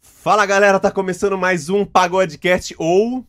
Fala galera, tá começando mais um Pagodecast ou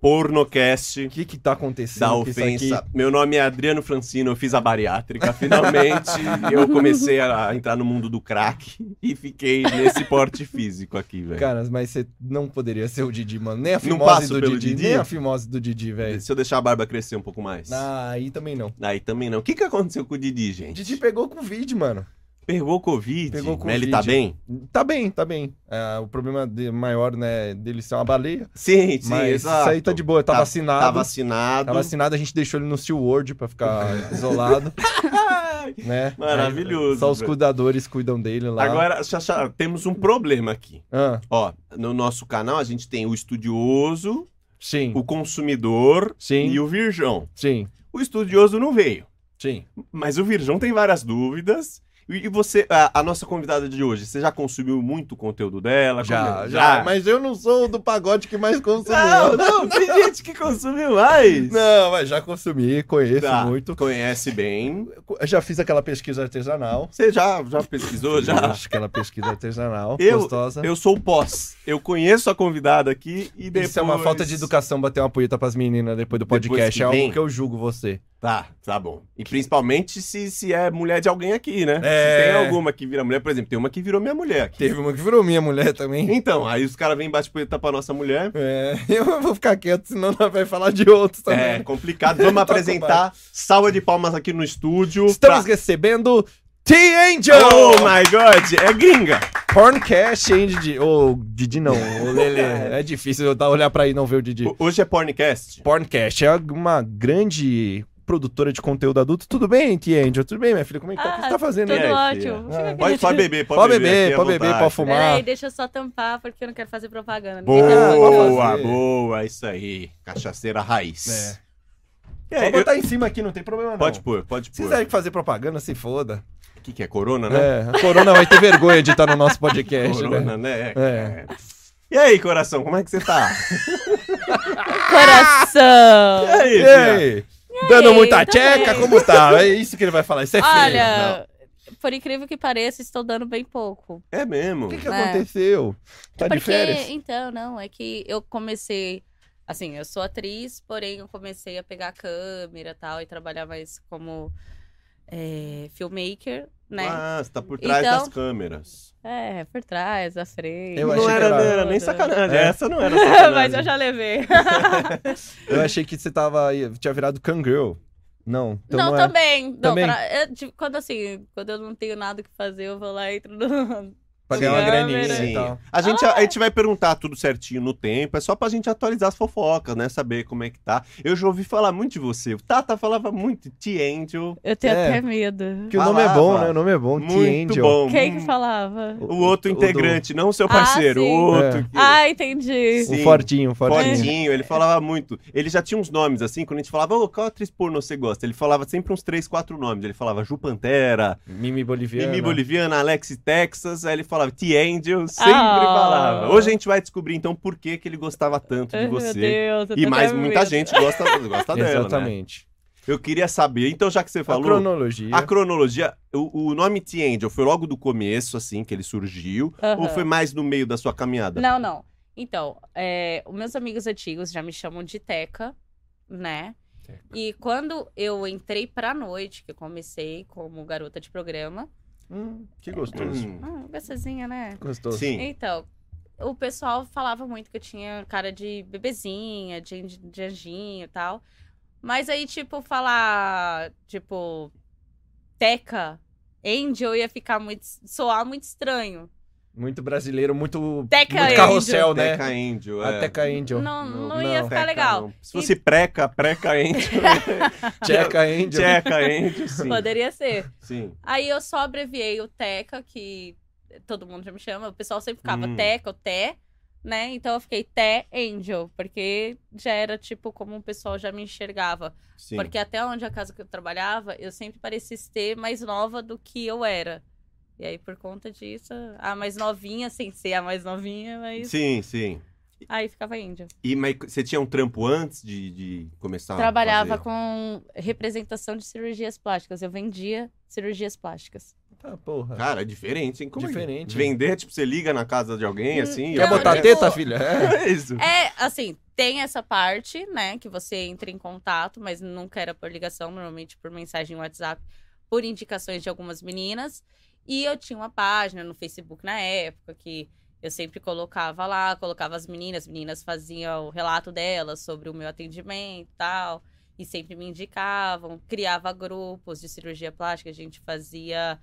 Pornocast O que que tá acontecendo? da com isso aqui? ofensa. Meu nome é Adriano Francino, eu fiz a bariátrica. Finalmente eu comecei a entrar no mundo do crack e fiquei nesse porte físico aqui, velho. Cara, mas você não poderia ser o Didi, mano. Nem a Não fimose passo do pelo Didi, Didi? Nem a fimose do Didi, velho. Se eu deixar a barba crescer um pouco mais. Ah, aí também é não. Aí também não. O que, que aconteceu com o Didi, O gente? Didi pegou Covid, mano. Pegou Covid, Pegou né? Ele tá Covid. bem? Tá bem, tá bem. Ah, o problema de- maior, né, dele ser uma baleia. Sim, sim, mas exato. isso aí tá de boa. Tá, Tá- vacinado. Tá Tá vacinado. vacinado, a gente deixou ele no SeaWorld pra ficar isolado, Ai, né? Maravilhoso, Só os velho. cuidadores cuidam dele lá. Agora, Xaxá, temos um problema aqui. Ah, Ó, no nosso canal a gente tem o estudioso, sim, o consumidor sim, e o virgão. sim, O estudioso não veio, sim. mas o virgão tem várias dúvidas. E e você, a, a nossa convidada de hoje, você já consumiu muito conteúdo dela? Já, Como- é? já, Mas eu não sou o do pagode que mais consumiu. Não, não, tem gente que consome mais. Não, mas já consumi, conheço Tá, muito. Conhece bem. Eu Já fiz aquela pesquisa artesanal. Você já, já pesquisou? Já? Fiz Aquela pesquisa artesanal, Eu- gostosa. Eu sou o pós. Eu conheço a convidada aqui e depois... Isso é uma falta de educação bater uma punheta pras meninas depois do Depois podcast. que é algo vem. que eu julgo você. Tá, tá bom. E principalmente se, se é mulher de alguém aqui, né? É. Se tem alguma que vira mulher, por exemplo, tem uma que virou minha mulher aqui. Teve uma que virou minha mulher também. Então, aí os caras vêm e bate punheta pra nossa mulher. É, eu vou ficar quieto, senão nós vai falar de outros É também. complicado. Vamos Toca o apresentar. Salva de palmas aqui no estúdio. Estamos pra- recebendo T-Angel! Oh my god, é gringa. Porncast, hein, Didi? Ô, Didi não, ô Lele. é difícil eu dar- olhar pra aí e não ver o Didi. O- Hoje é porncast. Porncast é uma grande produtora de conteúdo adulto. Tudo bem, Tia Angel? Tudo bem, minha filha? Como é que tá? O que Ah, você tá fazendo Tudo É, aí? filha. ótimo. Fica É. aqui Pode, dentro. pode beber, pode, Pode beber, beber, aqui à pode beber, vontade. pode fumar. Peraí, deixa eu só tampar, porque eu não quero fazer propaganda. Ninguém tá me ouvindo. Boa, Ah, fazer. boa, é isso aí. Cachaceira raiz. É. É, Pode eu- botar em cima aqui, não tem problema não. Pode pôr, pode Se pôr. quiser fazer propaganda, se foda. O que, que é corona, né? É, a Corona vai ter vergonha de estar no nosso podcast, né? Corona, né? É. E aí, coração, como é que você tá? Coração! E aí, E Bia? aí? Dando muita tá tcheca, bem. como tá? É isso que ele vai falar, isso é feio. Não. Olha, por incrível que pareça, estou dando bem pouco. É mesmo. O que, que É. aconteceu? Tá de porque, férias? então, não, é que eu comecei. Assim, eu sou atriz, porém eu comecei a pegar câmera e tal e trabalhar mais como é, filmmaker, né? Ah, você tá por trás Então- das câmeras. É, por trás, da frente. Eu achei não que era, era- não era nem sacanagem. É. Essa não era sacanagem. Mas eu já levei. Eu achei que você tava, tinha virado Kangirl. Não, então não, não, é. também. Não, Também? pra- eu, tipo, quando assim, quando eu não tenho nada que fazer, eu vou lá e entro no. Pra ganhar uma Sim. graninha Sim. e tal. A gente, Ah. a, gente vai perguntar tudo certinho no tempo, é só pra gente atualizar as fofocas, né? Saber como é que tá. Eu já ouvi falar muito de você. O Tata falava muito, T-Angel. Eu tenho É. até medo. Que o nome é Falava. bom, né? O nome é bom, Muito T-Angel. bom. Hum. Quem é que falava? O outro do- integrante, não o seu Ah, parceiro, o sim. outro. É. que- Ah, entendi. Sim. O fortinho, o fortinho. Fortinho, ele falava muito. Ele já tinha uns nomes, assim, quando a gente falava, ô, qual atriz pornô você gosta? Ele falava sempre uns três, quatro nomes. Ele falava Ju Pantera, É. Mimi Boliviana. Mimi Boliviana, Alex Texas, aí ele falava T-Angel, sempre Ah. falava. Hoje a gente vai descobrir então por que, que ele gostava tanto de Ai, Meu você. Deus, eu E tô mais até muita medo. gente gosta, gosta dela. Né? Exatamente. Eu queria saber, então já que você A falou. cronologia. A cronologia, o, o nome T-Angel foi logo do começo, assim, que ele surgiu? Ou Aham. foi mais no meio da sua caminhada? Não, não. Então, é, os meus amigos antigos já me chamam de Teca, né? E quando eu entrei pra noite, que eu comecei como garota de programa. Hum, que Hum, Ah, gostosinha, né? Gostoso. Sim. Então, o pessoal falava muito que eu tinha cara de bebezinha, de, an- de anjinho e tal. Mas aí, tipo, falar, tipo, Teca, Angel ia ficar muito. soar muito estranho. Muito brasileiro, muito, Teca muito Angel. carrossel, né? Teca Angel, é. A Teca Angel. Não, não ia ficar- Tá legal. não. Se fosse preca, preca Angel, Teca Angel. Teca Angel, sim. Poderia ser. sim. Aí eu só abreviei o Teca, que todo mundo já me chama. O pessoal sempre ficava Hum. Teca ou Té, né? Então eu fiquei Té Angel, porque já era tipo como o pessoal já me enxergava. sim. Porque até onde a casa que eu trabalhava, eu sempre parecia ser mais nova do que eu era. E aí, por conta disso, a mais novinha, sem ser a mais novinha, mas Sim, sim. aí ficava índia. E mas você tinha um trampo antes de, de começar? a Trabalhava fazer? com representação de cirurgias plásticas. Eu vendia cirurgias plásticas. Tá, porra. Cara, é diferente, hein? Como é que- Diferente. Vender, tipo, você liga na casa de alguém, Hum, assim... e Quer Não, botar tipo- teta, filha? É. É isso. É, assim, tem essa parte, né, que você entra em contato, mas nunca era por ligação, normalmente por mensagem no WhatsApp, por indicações de algumas meninas. E eu tinha uma página no Facebook na época que eu sempre colocava lá, colocava as meninas, as meninas faziam o relato delas sobre o meu atendimento e tal, e sempre me indicavam, criava grupos de cirurgia plástica, a gente fazia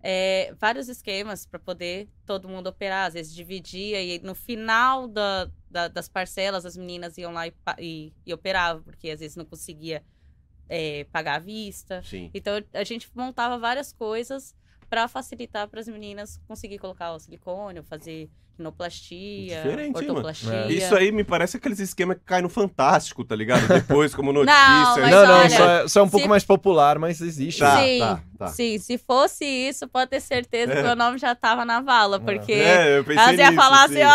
é, vários esquemas para poder todo mundo operar. Às vezes dividia e no final da, da- das parcelas as meninas iam lá e, pa- e, e operavam, porque às vezes não conseguia é, pagar à vista. Sim. Então a gente montava várias coisas para facilitar para as meninas conseguir colocar o silicone, ou fazer rinoplastia, Diferente, hein, mano? ortoplastia. É. Isso aí me parece aqueles esquemas que caem no Fantástico, tá ligado? Depois, como notícia. mas não, não, olha, só, é- só é um pouco se- mais popular, mas existe. né? Tá, Sim, tá, tá. sim, se fosse isso, pode ter certeza que É. meu nome já tava na vala, É. porque É, eu pensei Elas iam nisso, falar sim. assim, ó,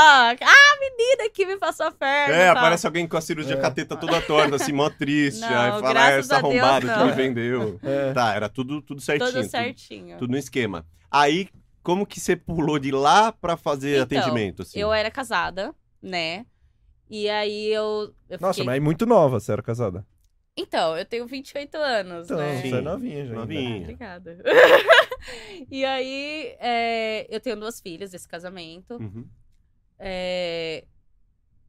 ah, a menina que me passou a perna. É, e tal. aparece alguém com a cirurgia É. cateta toda torta, assim, mó triste. Não, aí fala, ah, graças essa a Deus, arrombada que não. me vendeu. É. Tá, era tudo, tudo certinho. Tudo tudo- certinho. Tudo no esquema. Aí, como que você pulou de lá pra fazer Então, atendimento? Assim? Eu era casada, né? E aí eu. eu Nossa, fiquei- mas é muito nova, você era casada. Então, eu tenho 28 anos, Então, né? Sim. você é novinha já. ainda. Novinha. Obrigada. e aí, é, eu tenho duas filhas desse casamento. Uhum. É,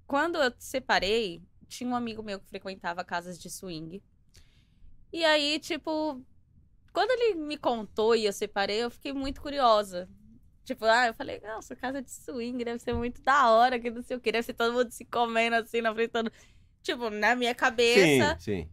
Quando eu separei, tinha um amigo meu que frequentava casas de swing. E aí, tipo, quando ele me contou e eu separei, eu fiquei muito curiosa. Tipo, ah, eu falei, nossa, casa de swing deve ser muito da hora, que não sei o que, deve ser todo mundo se comendo assim, na frente. todo- Tipo, na minha cabeça. Sim, sim,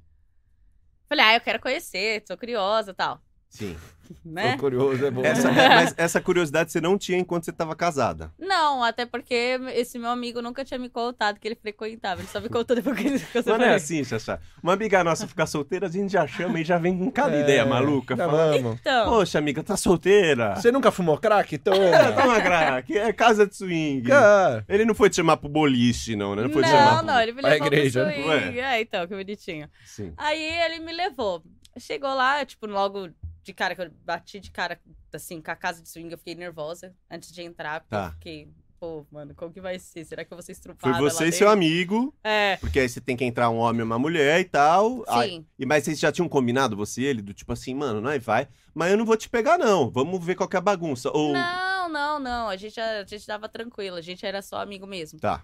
Falei, ah, eu quero conhecer, tô curiosa e tal, sim. né? Tô curioso, é bom. Essa, mas essa curiosidade você não tinha enquanto você tava casada. Não, até porque esse meu amigo nunca tinha me contado que ele frequentava. Ele só me contou depois que ele que eu Mas não é separei. assim, Xaxá. Uma amiga nossa ficar solteira, a gente já chama e já vem com cada É. ideia maluca. Não, Fala, vamos. Então, Poxa, amiga, tá solteira? Você nunca fumou crack? É, Toma. toma crack, é casa de swing. Cara, Ele não foi te chamar pro boliche, não, né? Não foi te chamar Não, pro... não, ele me Pra levou pro igreja, né? swing. É, então, que bonitinho. Sim. Aí ele me levou. Chegou lá, tipo, logo de cara, que eu bati de cara, assim, com a casa de swing, eu fiquei nervosa antes de entrar. Porque Tá. eu fiquei, pô, mano, como que vai ser? Será que eu vou ser Foi estrupada você lá e seu dentro? amigo, É, porque aí você tem que entrar um homem e uma mulher e tal. Aí- sim. e mas vocês já tinham combinado, você e ele, do tipo assim, mano, nós vai, mas eu não vou te pegar não, vamos ver qual que é a bagunça. Ou... Não, não, não, a gente, a gente tava tranquilo, a gente era só amigo mesmo. Tá.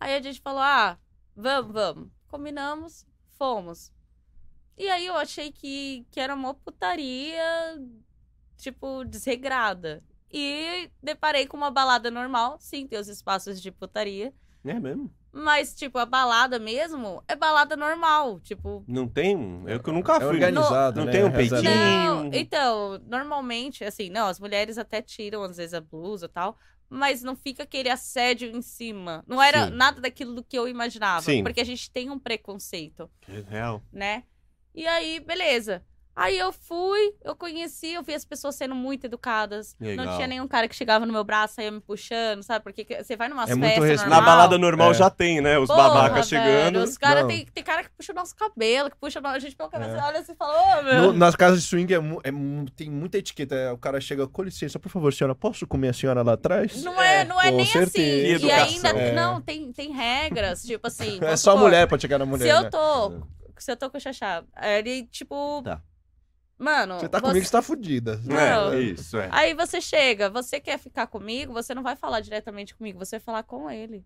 Aí a gente falou: ah, vamos, vamos. Combinamos, fomos. E aí eu achei que, que era uma putaria, tipo, desregrada. E deparei com uma balada normal, sim, tem os espaços de putaria. É mesmo? Mas, tipo, a balada mesmo é balada normal. Tipo, Não tem um... Eu que eu nunca é fui. organizado, Não né? tem um Reserva. Sim. peitinho? Não, então, normalmente, assim, não, as mulheres até tiram, às vezes, a blusa e tal, mas não fica aquele assédio em cima. Não era Sim. nada daquilo do que eu imaginava. Sim. Porque a gente tem um preconceito, É real. né? E aí, beleza. Aí eu fui, eu conheci, eu vi as pessoas sendo muito educadas. Legal. Não tinha nenhum cara que chegava no meu braço e ia me puxando, sabe? Porque que- você vai numa É muito festas respeito. Na normal, balada normal É. já tem, né? Os porra, babacas chegando. velho, Os cara Não. tem, tem cara que puxa o nosso cabelo, que puxa o nosso- a gente pela cabeça, É. olha assim e fala, ô, meu. No- nas casas de swing é mu- é mu- tem muita etiqueta. é, O cara chega, com licença, por favor, senhora, posso comer a senhora lá atrás? Não é, não é Com nem certeza. assim. Que E ainda, educação. É. não, tem, tem regras, tipo assim. É vamos só supor, mulher pra chegar na Se mulher. né? eu tô. Se eu tô com o Xaxá, ele, tipo. Tá. Mano. Você tá comigo, você tá fudida. Não. É, isso, é. Aí você chega, você quer ficar comigo, você não vai falar diretamente comigo, você vai falar com ele.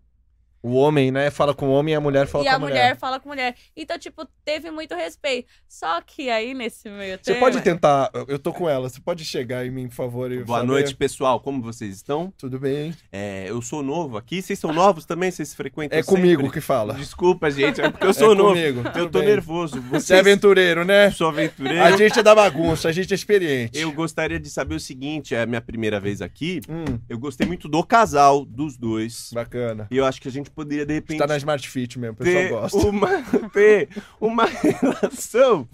O homem, né? Fala com o homem e a mulher fala e com a mulher. fala com a mulher. Então, tipo, teve muito respeito. Só que aí, nesse meio tempo. Você pode tentar. eu- Eu tô com ela. Você pode chegar em mim, por favor. E Boa saber- noite, pessoal. Como vocês estão? Tudo bem? É, eu sou novo aqui. Vocês são novos também? Vocês frequentam É comigo sempre? que fala. Desculpa, gente. É porque eu sou é novo. comigo. Eu tudo tô bem. nervoso. Você é Vocês aventureiro, né? sou aventureiro. A gente é da bagunça, a gente é experiente. Eu gostaria de saber o seguinte, é a minha primeira vez aqui. Hum, Eu gostei muito do casal, dos dois. bacana. E eu acho que a gente poderia, de repente, Está na Smart Fit mesmo, o pessoal ter, gosta. uma, ter uma relação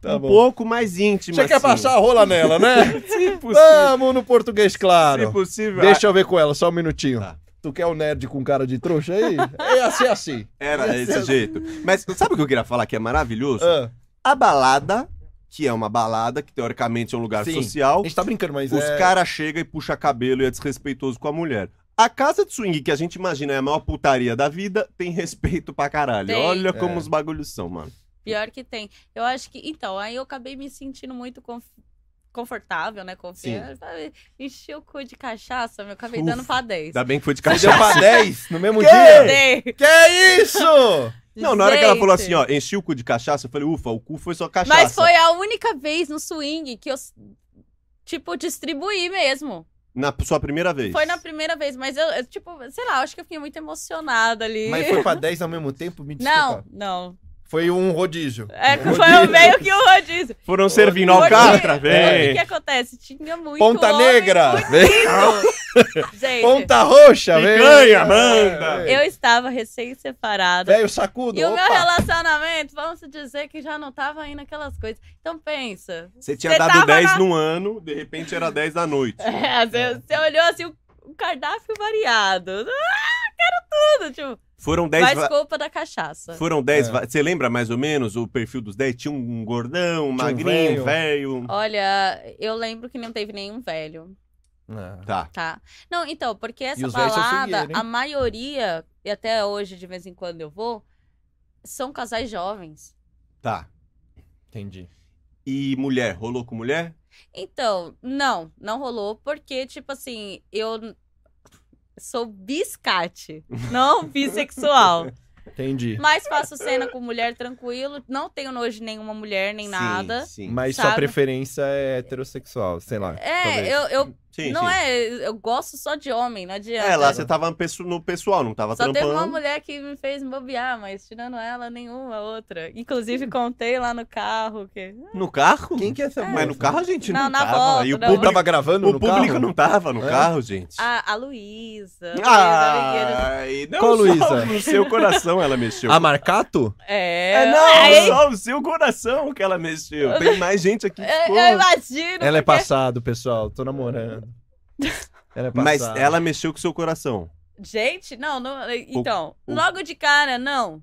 Tá um bom. pouco mais íntima. Você quer assim. passar a rola nela, né? Se possível. Vamos no português, Se claro. possível. Deixa eu ver com ela, só um minutinho. Tá. Tu quer um nerd com cara de trouxa aí? É assim, é assim. Ah, Era desse jeito. Mas sabe o que eu queria falar que é maravilhoso? Ah, A balada que é uma balada, que teoricamente é um lugar Sim. social. A gente tá brincando, mas Os é... caras chegam e puxa cabelo e é desrespeitoso com a mulher. A casa de swing, que a gente imagina é a maior putaria da vida, tem respeito pra caralho. Tem. Olha como É. os bagulhos são, mano. Pior que tem. Eu acho que. Então, aí eu acabei me sentindo muito conf- confortável, né? Confiante. Enchi o cu de cachaça, meu. Acabei Ufa, dando pra 10. Ainda bem que foi de Você deu cachaça. pra 10 no mesmo Que? dia? Dei. Que isso? Não, na hora que ela falou assim, Gente. ó, enchi o cu de cachaça, eu falei, ufa, o cu foi só cachaça. Mas foi a única vez no swing que eu, tipo, distribuí mesmo. Na sua primeira vez. Foi na primeira vez, mas eu, eu, tipo, sei lá, eu acho que eu fiquei muito emocionada ali. Mas foi pra 10 ao mesmo tempo? Me desculpa. Não, não. Foi um rodízio. É, Um foi rodízio. meio que o rodízio. Foram servindo Porque- alcatra, O que velho. acontece? Tinha muito Ponta homem, Negra! muito lindo. Gente, Ponta Roxa, velho. Picanha, manda. eu estava recém-separada. Velho sacudo. E o meu opa. relacionamento, vamos dizer que já não tava indo aquelas coisas. Então pensa. Você tinha Você dado tava 10 na- num ano, de repente era 10 da noite. É, você, você olhou assim, o- o cardáfio variado. Ah, quero tudo, tipo. Foram 10 Mas va- culpa da cachaça. Foram 10. É. va- Você lembra mais ou menos o perfil dos 10? Tinha um gordão, um Tinha um magrinho, um velho. Olha, eu lembro que não teve nenhum velho, Ah, Tá. tá? Não, então, porque essa os velhos são balada, swingueiro, hein? a maioria, e até hoje, de vez em quando eu vou, são casais jovens. Tá. Entendi. E mulher, rolou com mulher? Então, não, não rolou, porque, tipo assim, eu n- sou biscate, não bissexual. Entendi. Mas faço cena com mulher tranquilo, não tenho nojo de nenhuma mulher, nem nada. Sim. Mas... Mas sua Sabe? preferência é heterossexual, sei lá. talvez. É, eu, eu sim não sim. é, eu gosto só de homem, não adianta. É, lá você tava no pesso- no pessoal, não tava Só teve trampando. uma mulher que me fez bobear, mas tirando ela, nenhuma outra. Inclusive, contei lá no carro que. No carro? Quem que é essa Mas no moça? carro a gente não, Não, Ah, na tava. volta, e o na Não público, tava gravando o no público carro? não tava no É? carro, gente. A, a Luísa. a Luísa Amigueiro. Ah, e não Qual só Luísa? no seu coração ela mexeu. A Ah, Marcato? É. É, não, aí- só o seu coração que ela mexeu. Tem mais gente aqui. que é, ficou. eu imagino. Ela é porque- passado, pessoal. Tô namorando. Ela é passada. Mas ela mexeu com o seu coração. Gente, não, não. Então, o- logo de cara, não.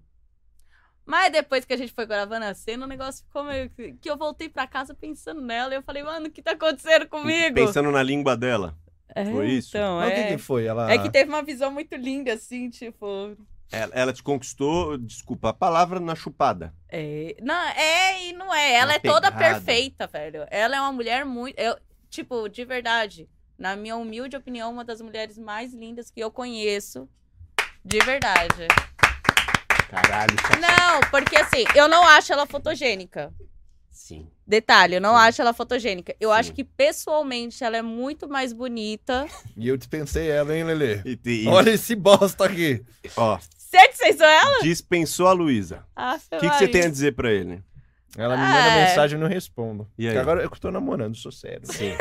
Mas depois que a gente foi gravando a cena, o negócio ficou meio que. que eu voltei pra casa pensando nela. E eu falei, mano, o que tá acontecendo comigo? Pensando na língua dela. É, Foi isso? Então, Mas o que é. que foi? Ela... É que teve uma visão muito linda, assim, tipo. Ela, ela te conquistou, desculpa, a palavra na chupada. É, não, é e não é. Ela Uma é toda pegada. perfeita, velho. Ela é uma mulher muito. Eu, tipo, de verdade, na minha humilde opinião, uma das mulheres mais lindas que eu conheço. De verdade. Caralho, tá- cara. Não, porque assim, eu não acho ela fotogênica. Sim. Detalhe, eu não Sim. acho ela fotogênica. Eu Sim. acho que pessoalmente ela é muito mais bonita. E eu dispensei ela, hein, Lelê? E, e- Olha esse bosta aqui. ó, Você dispensou ela? dispensou a Luísa. Ah, O que, que você tem a dizer pra ele? Ela me Ah, manda é. mensagem e eu não respondo. E aí? Porque Agora eu que tô namorando, sou sério. Sim.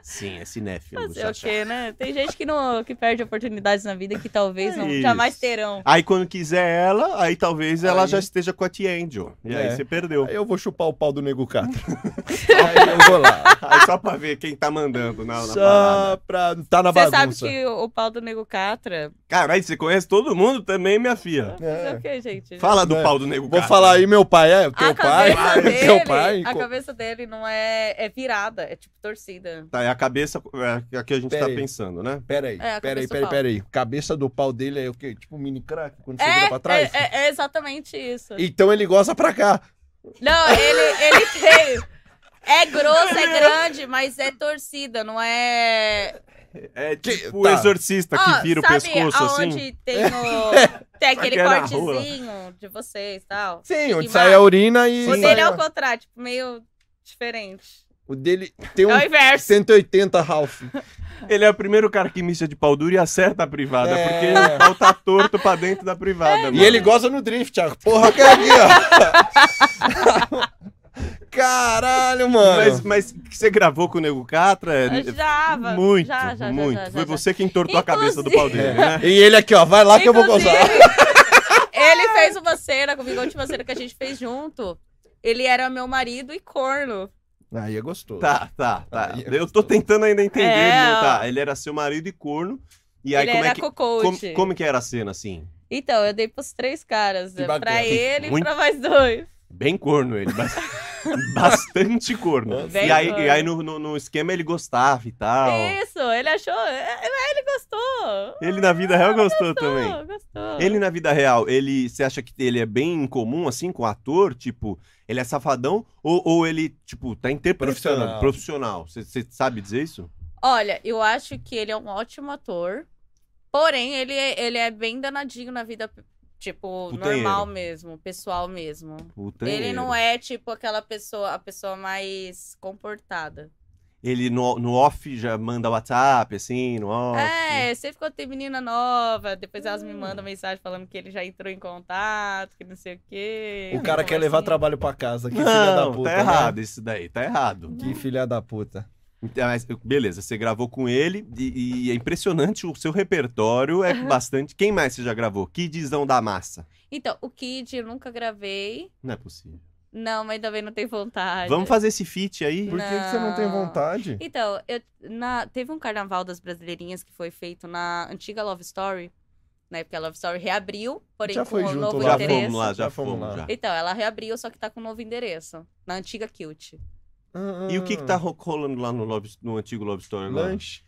Sim, é cinéfilo. Fazer o chachá. quê, né? Tem gente que, não, que perde oportunidades na vida que talvez É não, isso. jamais terão. Aí quando quiser ela, aí talvez ela Aí. já esteja com a T-Angel. E aí É. você perdeu. Aí eu vou chupar o pau do nego Catra. Aí eu vou lá. Aí só pra ver quem tá mandando na, na parada. Só pra. Tá na Você sabe bagunça. que o o pau do Nego Catra. Caralho, você conhece todo mundo também, minha filha. Fazer É. o quê, gente? Fala do É. pau do nego Vou Catra. falar aí, meu pai é a teu pai. cabeça dele. Teu pai. A co- cabeça dele não é. É virada, é tipo torcida. Tá, é a cabeça é, a que a gente tá Pera aí. pensando, né? Pera aí, É, a pera aí, cabeça do pera aí, pau. pera aí. Cabeça do pau dele é o quê? Tipo mini crack quando você vira É, pra trás? é, é- é exatamente isso. Então ele gosta pra cá. Não, ele, ele tem. É grosso, é grande, mas é torcida, não é. É Que- tipo o tá. exorcista que Ó, vira o Ah, sabe pescoço aonde assim. tem o. Tem aquele Aquela na rua. cortezinho de vocês e tal. Sim, onde E sai vai. a urina e. O sai dele é a- o contrário, tipo, meio diferente. O dele tem um É o inverso. 180 Ralph. Ele é o primeiro cara que mija de pau duro e acerta a privada, É. porque o pau tá torto pra dentro da privada. É. mano. E ele goza no drift, a porra que é aqui, ó. Caralho, mano. Mas, mas que você gravou com o Nego Catra? é- Já, va- Muito, já, já, muito. já, já, Foi já. você que entortou a cabeça do pau dele, né? É. E ele aqui, ó, vai lá que eu vou Inclusive, gozar. Ele fez uma cena comigo, a última cena que a gente fez junto. Ele era meu marido e corno. Aí é gostoso. Tá, tá, tá. Aí é Eu tô tentando ainda entender. É, não, ó. tá, ele era seu marido e corno. E aí, ele como era é que. cocote. Como, como que era a cena, assim? Então, eu dei pros três caras. Que né? bacana. Pra ele e Muito- pra mais dois. Bem corno ele, mas. Bastante corno. Bem E aí, corno. e aí no, no- no esquema ele gostava e Ah, tal. Isso, ele achou. é, é, Ele gostou. Ele na vida real gostou também. Gostou, gostou. Ele na vida real, ele. Você acha que ele é bem comum, assim, com o ator? Tipo, ele é safadão? Ou, ou ele, tipo, tá interpretando? Profissional. Profissional. Você sabe dizer isso? Olha, eu acho que ele é um ótimo ator. Porém, ele é, ele é bem danadinho na vida, tipo, Putanheiro. normal mesmo, pessoal mesmo. Puta, Ele não é, tipo, aquela pessoa, a pessoa mais comportada. Ele no, no off já manda WhatsApp, assim, no off. É, sempre quando tem menina nova, depois elas Hum. me mandam mensagem falando que ele já entrou em contato, que não sei o quê. O cara Uma quer levar conversinha. trabalho pra casa. Que filha da Não, puta. tá né? errado isso daí, tá errado. Que filha da puta. Então, mas, beleza, você gravou com ele e, e é impressionante o seu repertório, é bastante. Quem mais você já gravou? Kidzão da Massa. Então, o Kid eu nunca gravei. Não é possível. Não, mas também não tem vontade. Vamos fazer esse feat aí? Por que, que você não tem Não. vontade? Então, eu, na- teve um carnaval das brasileirinhas que foi feito na antiga Love Story, né? Porque a Love Story reabriu, porém Já com foi um junto novo lá. Já endereço. fomos lá, já Já fomos fomos lá. já. Então, ela reabriu, só que tá com um novo endereço. Na antiga Kilt. E o que que tá ro- rolando lá no, Love- no antigo Love Story? agora? Ah, Lanche?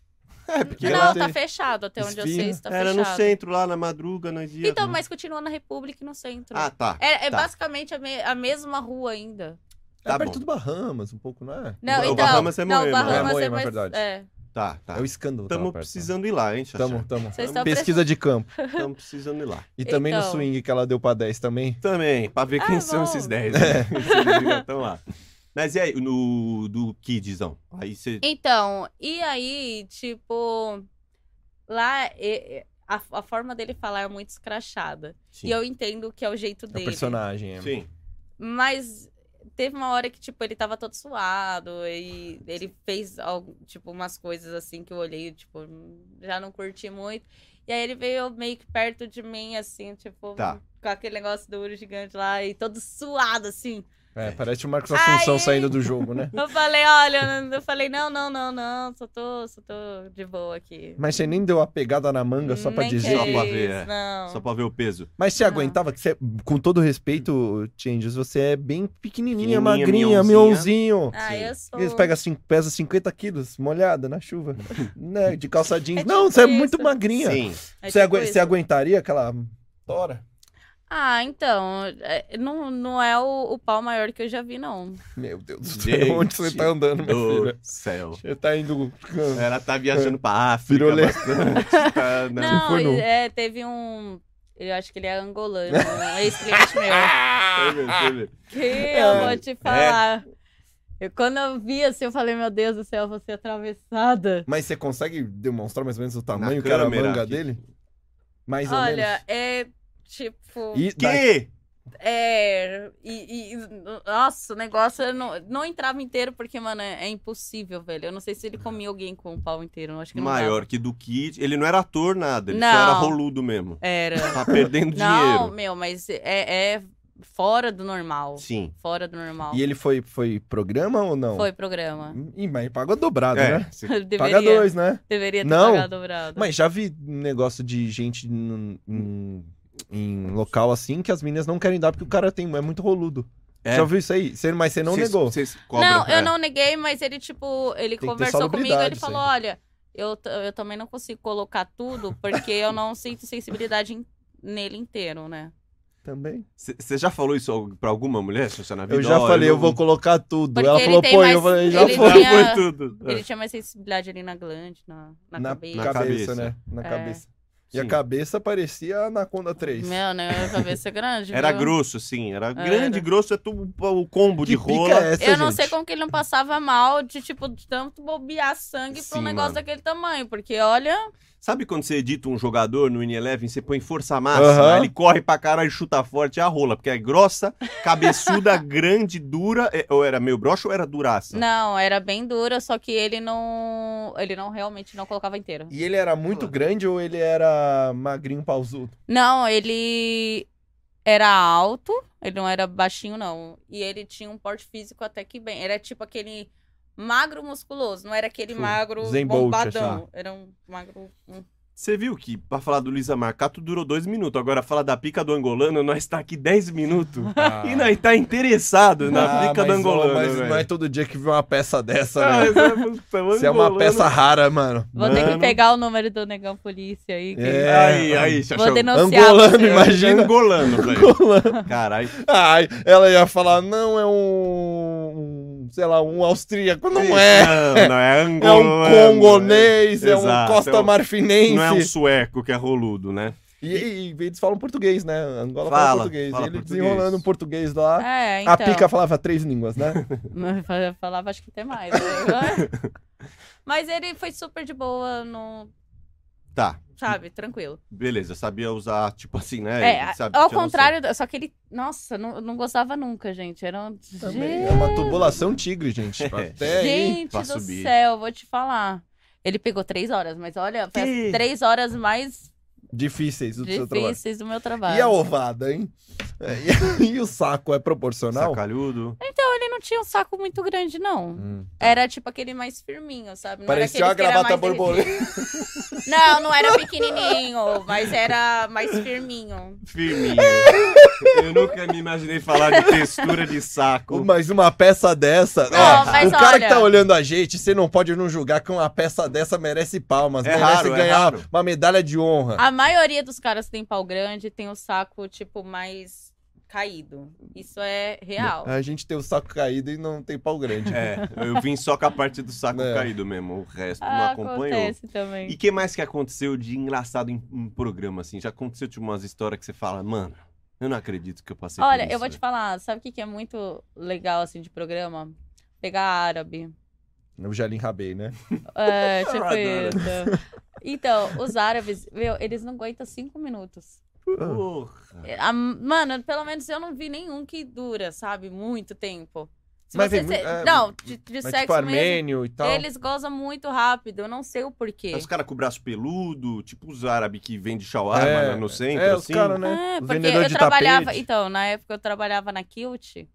É, porque Não, lá não, ela tá te- fechado, até onde eu sei, Esfirra. isso tá era fechado. no centro, lá na madruga, no dia. Então, mas continua na República e no centro. Ah, tá. é é tá. basicamente a, me- a mesma rua ainda. É Tá perto bom. do Bahamas, um pouco, não é? Não, O então. Bahamas é não, Moema. Bahamas É Moema, mais- verdade. é. Tá, tá. É o escândalo. que Tamo tava perto. precisando ir lá, hein, Xaxá? Tamo, tamo. Vocês estão Pesquisa de campo. Tamo precisando ir lá. E também Então. no swing que ela deu pra 10 também. Também, pra ver Ah, quem são bom. esses 10. Né? Estão lá. Mas e aí, no do Kidzão? Aí você. Então, e aí, tipo, lá e- e- a, a forma dele falar é muito escrachada. Sim. E eu entendo que é o jeito É o dele. personagem. é. Sim. Mas teve uma hora que, tipo, ele tava todo suado e ele fez, algo, tipo, umas coisas assim que eu olhei, tipo, hum, já não curti muito. E aí ele veio meio que perto de mim, assim, tipo, Tá. com aquele negócio do olho gigante lá e todo suado, assim. É, parece o Marcos Assunção Ai. saindo do jogo, né? Eu falei, olha, eu falei, não, não, não, não, só tô, só tô de boa aqui. Mas você nem deu a pegada na manga só pra Nem dizer. Só que pra isso, ver, é. Não. Só pra ver o peso. Mas você Não. aguentava que você, com todo respeito, Changes, você é bem Pequenininha, pequenininha, mionzinha. magrinha, mionzinho. Ah, eu sou. Eles pegam cin- pesa 50 quilos, molhada na chuva, né? De calça jeans. É Não, tipo você é isso. muito magrinha. Sim. É você, tipo agu- isso. você aguentaria aquela tora? Ah, então. é, Não, não é o, o pau maior que eu já vi, não. Meu Deus do Gente céu, onde você tá andando, minha Do filha? céu. Você tá indo. Ela tá viajando pra África Virou le- bastante. tá, né? Não, foi nu. é, teve um. Eu acho que ele é angolano, um ex-cliente meu. Foi mesmo, foi mesmo. Que eu É. vou te falar. Eu, quando eu vi assim, eu falei, meu Deus do céu, você atravessada. Mas você consegue demonstrar mais ou menos o tamanho Na que era a câmera manga aqui. dele? Mais ou Olha, menos. é tipo. E da- Que? É, e, e- nossa, o negócio eu não, não entrava inteiro porque, mano, é, é impossível, velho. Eu não sei se ele comia alguém com o pau inteiro, eu acho que não Maior que do Kid. Ele não era ator, nada. Ele só Não. era roludo mesmo. dava. Era. Tá perdendo não, dinheiro. meu, mas é, é fora do normal. Sim. Fora do normal. E é ele foi, foi programa ou não? Foi programa. Ih, mas pagou dobrado, É, né? você- Deveria, Paga dois, né? deveria ter Não. pagado dobrado. Mas já vi negócio de gente num- em, em local assim que as meninas não querem dar porque o cara tem, é muito roludo. É. Já ouviu isso aí? Você- Mas você não Vocês- negou. vocês cobram, Não, eu é. não neguei, mas ele, tipo, ele né? Tem que ter conversou comigo salubridade, ele falou: isso olha, eu, t- eu também não consigo colocar tudo porque eu não sinto sensibilidade em- nele inteiro, né? Também. Você já falou isso pra alguma mulher, Xuxa, na vida? Eu já Ó, falei, eu, não- vou colocar tudo. Porque Ela ele falou, tem pô, mais- eu falei, já Já ele foi. foi, tinha- foi tudo. Ele tinha mais sensibilidade ali na glande, na, na, Na, cabeça. na cabeça, cabeça. né? Na É. cabeça. E Sim. a cabeça parecia a Anaconda 3. Meu, né? A cabeça é grande. Era viu? grosso, sim. Era grande, grosso, é tudo o combo de Que pica rola. é essa, Eu não gente? sei como que ele não passava mal de, tipo, de tanto bobear sangue pra Sim, um mano. negócio daquele tamanho. Porque, olha, Sabe quando você edita um jogador no In Eleven, você põe força máxima, Aham. ele corre pra caralho, chuta forte, é a rola, porque é grossa, cabeçuda, grande, dura. é- ou era meio broxa ou era duraça? não, era bem dura, só que ele não. Ele não realmente não colocava inteiro. E ele era muito grande ou ele era magrinho pausudo? Não, ele era alto, ele não era baixinho, não. E ele tinha um porte físico até que bem. Era tipo aquele magro musculoso, não era aquele Tipo, magro Zen Bolt, bombadão. Era um magro. um- Você viu que pra falar do Luiz Marcato durou dois minutos. Agora, falar da pica do angolano, nós tá aqui dez minutos. E nós tá interessado na Ah, pica do mas, ó, angolano. mas velho. não é todo dia que vê uma peça dessa, Ah, né? mas é- puta, o Se é uma angolano- peça rara, mano. Vou ter que Mano. pegar o número do Negão Polícia aí. que É. Aí, aí, Vou Xaxão. denunciar. Angolano, você. imagina. Angolano, velho. Caralho. Ai, ela ia falar, não, é um, um, sei lá, um austríaco. Não é. Não, não é É um angolano. congonês, é um Exato, é costa um- Não marfinense. é um sueco que é roludo, né? E, e eles falam português, né? Angola fala, Fala, português. fala e ele português. desenrolando um português lá. É, então. A pica falava três línguas, né? Eu falava, acho que tem mais. né? Mas ele foi super de boa, no, Tá, sabe, tranquilo. beleza. Sabia usar, tipo assim, né? É, Sabe- ao tinha noção. contrário, da- só que ele, nossa, não, não gostava nunca, gente. Era um... Também. É uma tubulação tigre, gente. Até aí. Gente pra do subir. céu, vou te falar. Ele pegou três horas, mas olha, foi Que? as três horas mais Difíceis do seu trabalho. difíceis do meu trabalho. E a ovada, hein? É, E, e o saco é proporcional? Sacalhudo. Ele não tinha um saco muito grande, não. Hum. Era tipo aquele mais firminho, sabe? Não era Parecia uma aqueles que era gravata mais derretido. borboleta. Não, não era pequenininho, mas era mais firminho. Firminho. Eu nunca me imaginei falar de textura de saco. Mas Uh, uma peça dessa. Não, ó, mas o cara olha- que tá olhando a gente, você não pode não julgar que uma peça dessa merece palmas. É merece raro, é ganhar raro. uma medalha de honra. A maioria dos caras que tem pau grande tem o saco, tipo, mais caído. Isso é real. A gente tem o saco caído e não tem pau grande. É, eu vim só com a parte do saco É. caído mesmo. O resto não Ah, acompanhou. acontece também. E que mais que aconteceu de engraçado em, em programa, assim? Já aconteceu, tipo, umas histórias que você fala, mano, eu não acredito que eu passei por Olha, isso, eu vou te velho." falar, sabe o que, que é muito legal, assim, de programa? Pegar árabe. Eu já lhe enrabei, né? É, tipo Adoro. isso. Então, os árabes, meu, eles não aguentam cinco minutos. Ah. Porra. É, a- mano, pelo menos eu não vi nenhum que dura, sabe? Muito tempo. Se Mas você tem muito- se- é, Não, de, de Mas sexo tipo mesmo. armênio e tal. Eles gozam muito rápido, eu não sei o porquê. É Os caras com o braço peludo, tipo os árabes que vendem shawarma É, lá no centro, É, os assim. caras, né? É, Os porque vendedores eu de trabalhava. tapete. Então, na época eu trabalhava na Kilt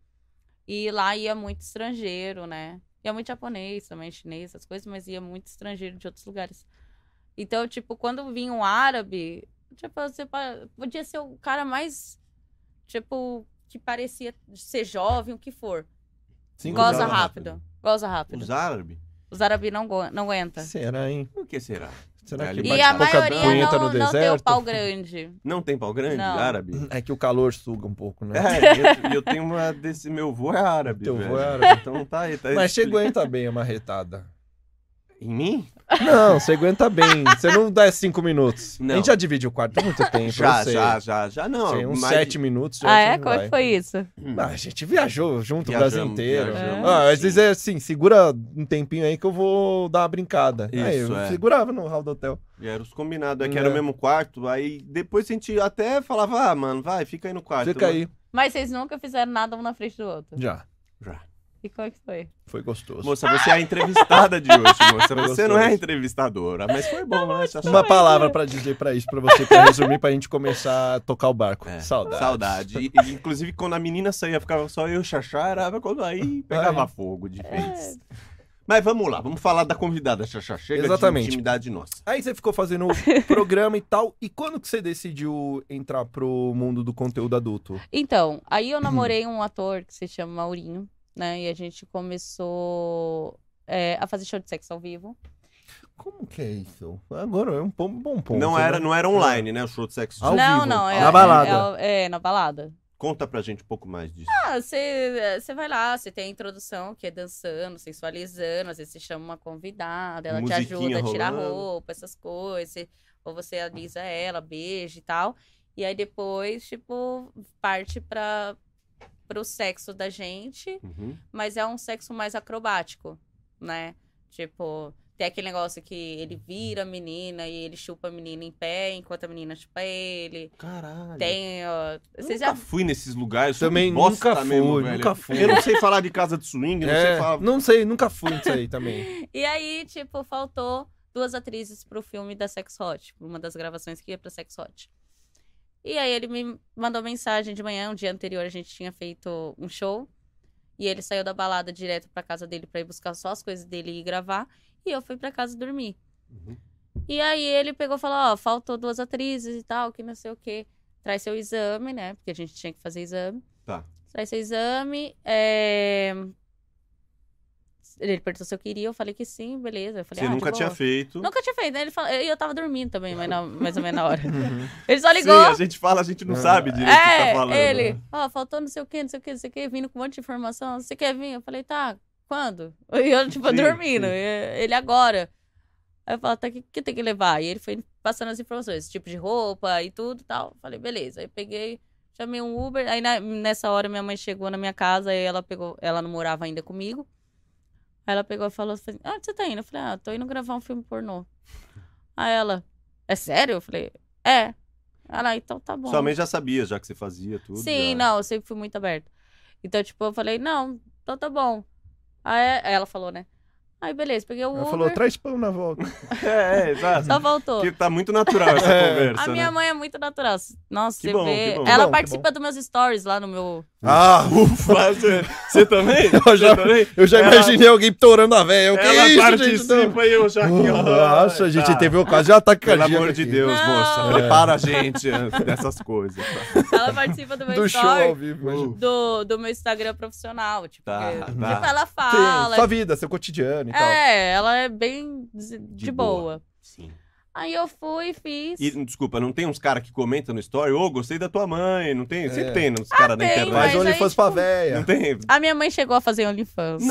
e lá ia muito estrangeiro, né? Ia muito japonês, também chinês, essas coisas, mas ia muito estrangeiro de outros lugares. Então, tipo, quando vinha um árabe, tipo, você pa- podia ser o cara mais, tipo, que parecia ser jovem, o que for. Cinco Goza graus dólares. rápido. Goza rápido. Os árabes? Os árabes não, go- não aguentam. Será, hein? O que será? Será É, que ele E bate a pouca maioria punheta não, não tem o pau grande. Não tem pau grande, Não. árabe? É que o calor suga um pouco, né? É, eu, eu tenho uma desse. Meu vô é árabe. Teu vô velho. é árabe. Então tá aí. Tá Mas você aguenta bem a marretada. Em mim? Não, você aguenta bem. Você não dá cinco minutos. Não. A gente já divide o quarto por muito tempo. Já, eu sei. já, já, já não. Sei, uns mas- sete minutos. já Ah, é? você Como é vai. que foi isso? Ah, a gente viajou junto o Viajamos, Brasil inteiro. viajamos, Ah, às sim. vezes é assim, segura um tempinho aí que eu vou dar uma brincada. aí Isso, eu é. segurava no hall do hotel. E era os combinados, é que era É. o mesmo quarto, aí depois a gente até falava, ah, mano, vai, fica aí no quarto. Fica aí. Mas vocês nunca fizeram nada um na frente do outro. Já. Já. E como é que foi? Foi gostoso. Moça, você é a entrevistada de hoje, moça. Você não é a Gostoso. entrevistadora, mas foi bom, né? Xaxá? Uma palavra pra dizer pra isso, pra você, pra resumir, pra gente começar a tocar o barco. É, Saudade. Saudade. E- e, inclusive, quando a menina saía, ficava só eu, Xaxá, era quando aí pegava Ai. fogo de vez. Mas vamos lá, vamos falar da convidada, Xaxá. Chega Exatamente. de intimidade nossa. Aí você ficou fazendo programa e tal. E quando que você decidiu entrar pro mundo do conteúdo adulto? Então, aí eu namorei um ator que se chama Maurinho, né? E a gente começou é, a fazer show de sexo ao vivo. Como que é isso? Agora é um bom, bom ponto. não, né? era, não era online, né? O show de sexo. Ao não, vivo, não, é. na balada. é ao- É, na balada. Conta pra gente um pouco mais disso. Ah, você você vai lá, você tem a introdução, que é dançando, sensualizando, às vezes você chama uma convidada, ela te Musiquinha ajuda a tirar rolando. roupa, essas coisas, você- ou você alisa ela, beija e tal. E aí depois, tipo, parte para pro sexo da gente, Uhum. mas é um sexo mais acrobático, né? Tipo, tem aquele negócio que ele vira a menina e ele chupa a menina em pé, enquanto a menina chupa ele. Caralho. Tem, ó, nunca vocês já fui nesses lugares. sou Também um bosta nunca mesmo, fui, velho. nunca fui. Eu não sei falar de casa de swing, não sei É, falar. não sei, nunca fui nisso aí também. E aí, tipo, faltou duas atrizes pro filme da Sex Hot, tipo, uma das gravações que ia pra Sex Hot. E aí ele me mandou mensagem de manhã, um dia anterior a gente tinha feito um show. E ele saiu da balada direto pra casa dele pra ir buscar só as coisas dele e gravar. E eu fui pra casa dormir. Uhum. E aí ele pegou e falou: Ó, faltou duas atrizes e tal, que não sei o quê. Traz seu exame, né? Porque a gente tinha que fazer exame. Tá. Traz seu exame. é, Ele perguntou se eu queria, eu falei que sim, beleza. Eu falei, Você ah, de nunca tinha boa. feito. Nunca tinha feito, né? Ele falou... E eu tava dormindo também, mas na- mais ou menos na hora. Uhum. Ele só ligou. Sim, a gente fala, a gente não Não. sabe direito o que tá É, falando. ele, ó, faltou não sei o que, não sei o que, não sei o que, vindo com um monte de informação, você quer vir? Eu falei, tá, quando? E eu, tipo, Sim, dormindo, sim. E ele agora. Aí eu falo, tá, o que, que tem que levar? E ele foi passando as informações, tipo de roupa e tudo e tal. Eu Falei, beleza. Aí eu peguei, chamei um Uber, aí na- nessa hora minha mãe chegou na minha casa, aí ela pegou, ela não morava ainda comigo. Aí ela pegou e falou assim, ah, onde você tá indo? Eu falei, ah, tô indo gravar um filme pornô. Aí ela, é sério? Eu falei, é. Ela, então tá bom. Sua mãe já sabia, já que você fazia tudo. Sim, já. não, eu sempre fui muito aberta. Então, tipo, eu falei, não, então tá bom. Aí aí ela falou, né? Aí, beleza, peguei o Ela Uber, "Tá falou, traz pão na volta. É, é, exato. só voltou. Porque tá muito natural essa É. conversa, A minha né? mãe é muito natural. Nossa, Que você bom, vê. que bom. Ela Bom, que participa dos meus stories lá no meu. ah, ufa! Mas Você, você também? Eu já- Você também? Eu já Ela- imaginei alguém torando a velha. Eu, que é Ela isso, gente? participa Não. e eu já aqui, ó. Nossa, a gente Tá. teve um quase um ataque Pelo cardíaco amor de aqui. Deus, Não. moça. É. Prepara a gente antes dessas coisas. tá? Ela participa do meu Do show ao story vivo. imagina. do, do meu Instagram profissional. Tipo, Tá, que- tá. tipo, ela Sim, sua fala. vida, seu cotidiano e tal. É, ela é bem de, de então. boa. boa. Sim. Aí eu fui e fiz. E, desculpa, não tem uns caras que comentam no story, ô, gostei da tua mãe, não tem? Sempre É. tem né, uns caras na tem, internet. Faz mas aí, OnlyFans tipo, pra Não véia. tem? A minha mãe chegou a fazer OnlyFans.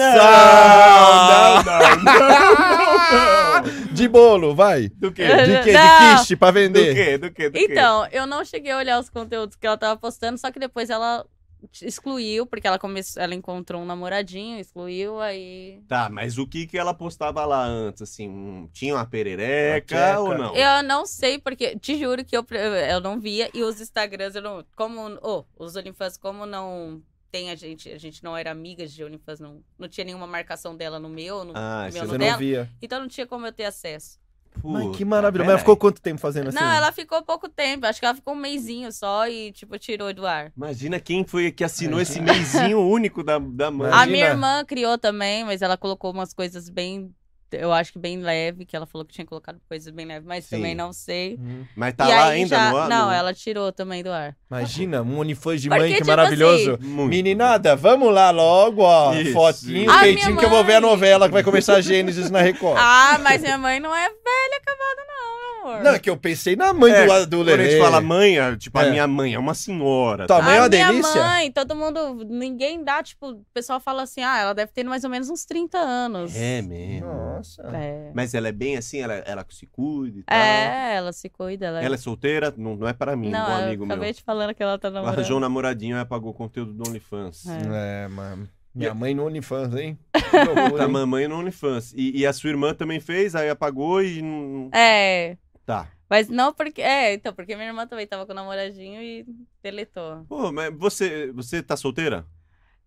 Não, não, não, não, não. De bolo, vai. Do quê? De quê? De Não. quiche pra Do vender. quê? Do quê? Do quê? É. Então, eu não cheguei a olhar os conteúdos que ela tava postando, só que depois ela t- excluiu, porque ela começou, ela encontrou um namoradinho, excluiu, aí. Tá, mas o que que ela postava lá antes, assim? um- Tinha uma Uma perereca tcheca. ou não? Eu não sei, porque te juro que eu, pre- eu não via, e os Instagrams, eu não. Como. ô, os Olifans, como não tem a gente, a gente não era amigas de Olifans, não, não tinha nenhuma marcação dela no meu, no- Ah, Meu você Você não... nome não dela? via. então não tinha como eu ter acesso. Mas que Puta, maravilha. Mas peraí. ela ficou quanto tempo fazendo assim? Não, ela ficou pouco tempo, acho que ela ficou um mêsinho só e, tipo, tirou do ar. Imagina quem foi que assinou esse Imagina. meizinho único da, da mãe. A Imagina. minha irmã criou também, mas ela colocou umas coisas bem, eu acho que bem leve, que ela falou que tinha colocado coisas bem leves, mas Sim. também não sei. Hum. Mas tá e lá aí ainda já... no ano? Não, ela tirou também do ar. Imagina, um OnlyFans de Porque, mãe, que tipo maravilhoso. Muito. Meninada, vamos lá logo, ó. assim, Isso. Fotinho, um Ai, peitinho, minha que eu vou ver a mãe. novela que vai começar a Gênesis na Record. Ah, mas minha mãe não é velha acabada não, meu amor. Não, é que eu pensei na mãe É, do lado do Quando a gente Lelê. fala mãe, é, tipo, a É. minha mãe é uma senhora. Tua tá? mãe é uma a minha delícia? mãe, todo mundo, ninguém dá, tipo, o pessoal fala assim, ah, ela deve ter mais ou menos uns 30 anos. É mesmo. Nossa. É, Mas ela é bem assim, ela, ela se cuida e tal. É, ela se cuida. Ela, Ela é solteira? Não, não é para mim, não, um eu amigo meu. acabei te falando que ela tá Ela namorando. Arranjou um namoradinho e apagou o conteúdo do OnlyFans. É. É, mano. Minha mãe no OnlyFans, hein? Que loucura, Da hein? Tá mamãe no OnlyFans. E, e a sua irmã também fez, aí apagou e. não- É, Tá. Mas não porque. É, então, porque minha irmã também tava com o namoradinho e deletou. Pô, mas você, você tá solteira?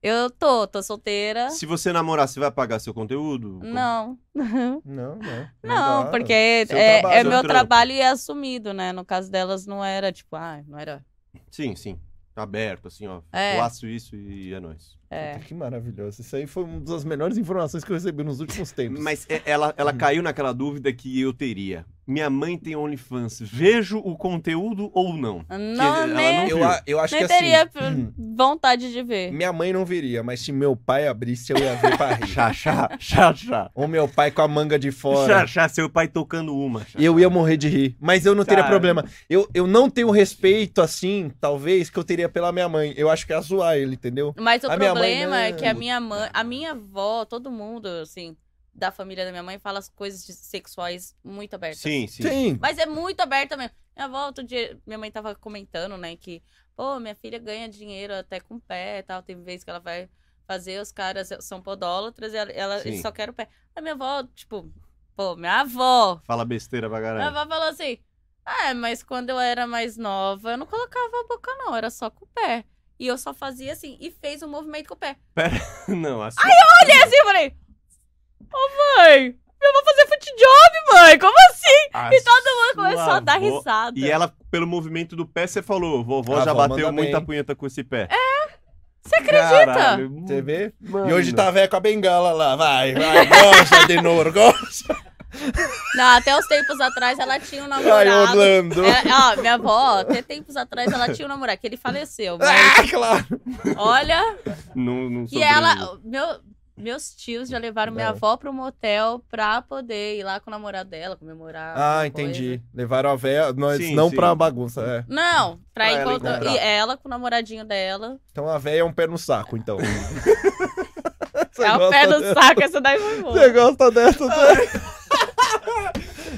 Eu tô, tô solteira. Se você namorar, você vai apagar seu conteúdo? Não. Não, Não, não. dá. porque é, Seu é trabalho, um meu trampo. trabalho e é assumido, né? No caso delas, não era tipo, ah, não era. Sim, sim. Aberto, assim, ó. É. Faço isso e é nóis. É. Puta, Que maravilhoso. Isso aí foi uma das melhores informações que eu recebi nos últimos tempos. Mas é- ela, ela caiu naquela dúvida que eu teria. Minha mãe tem OnlyFans. Vejo o conteúdo ou não? Não, ela nem, não- eu, a- eu acho nem que assim. Hum. teria vontade de ver. Minha mãe não viria, mas se meu pai abrisse, eu ia ver pra rir. Xaxá, xaxá. Ou meu pai com a manga de fora. Xaxá, seu pai tocando uma. xaxá. E eu ia morrer de rir. Mas eu não teria Cara. problema. Eu, eu não tenho respeito, assim, talvez, que eu teria pela minha mãe. Eu acho que ia zoar ele, entendeu? Mas o A minha mãe né? problema é não. que a minha mãe, a minha avó, todo mundo, assim, da família da minha mãe, fala as coisas de- sexuais muito abertas. Sim, sim. Sim. Mas é muito aberta mesmo. Minha avó, outro dia, minha mãe tava comentando, né, que, pô, minha filha ganha dinheiro até com o pé e tal. Tem vezes que ela vai fazer, os caras são podólatras e ela, ela- Sim. eles só querem o pé. A minha avó, tipo, pô, minha avó. Fala besteira pra Minha caralho. avó falou assim: é, mas quando eu era mais nova, eu não colocava a boca, não, era só com o pé. E eu só fazia assim, e fez um movimento com o pé. Não, assim. E assim eu falei: Ô mãe, eu vou fazer foot job, mãe, como assim? E todo mundo começou a dar risada. E ela, pelo movimento do pé, você falou, vovó A já avó bateu Ah, manda muita bem. punheta com esse pé. É? Você acredita? Você vê? Mano. tá- E hoje tá velho com a bengala lá. Vai, vai, gosta de novo, gosta. Não, até uns tempos atrás ela tinha um Ai, namorado. Orlando. Ela- ó, minha avó, até tempos atrás ela tinha um namorado, que ele faleceu. Mas, Ah, claro. olha, Não, não E sobrevive. ela, meu- meus tios já levaram minha É. avó pro motel pra poder ir lá com o namorado dela, comemorar. Ah, alguma entendi. coisa. Levaram a véia, nós Sim, não sim. pra bagunça, é. Não, pra, Pra ela encontrar. encontrar. E ela com o namoradinho dela. Então a véia é um pé no saco, então. Você é o gosta pé no dessa? saco, essa daí foi boa. Você gosta dessa? Zé?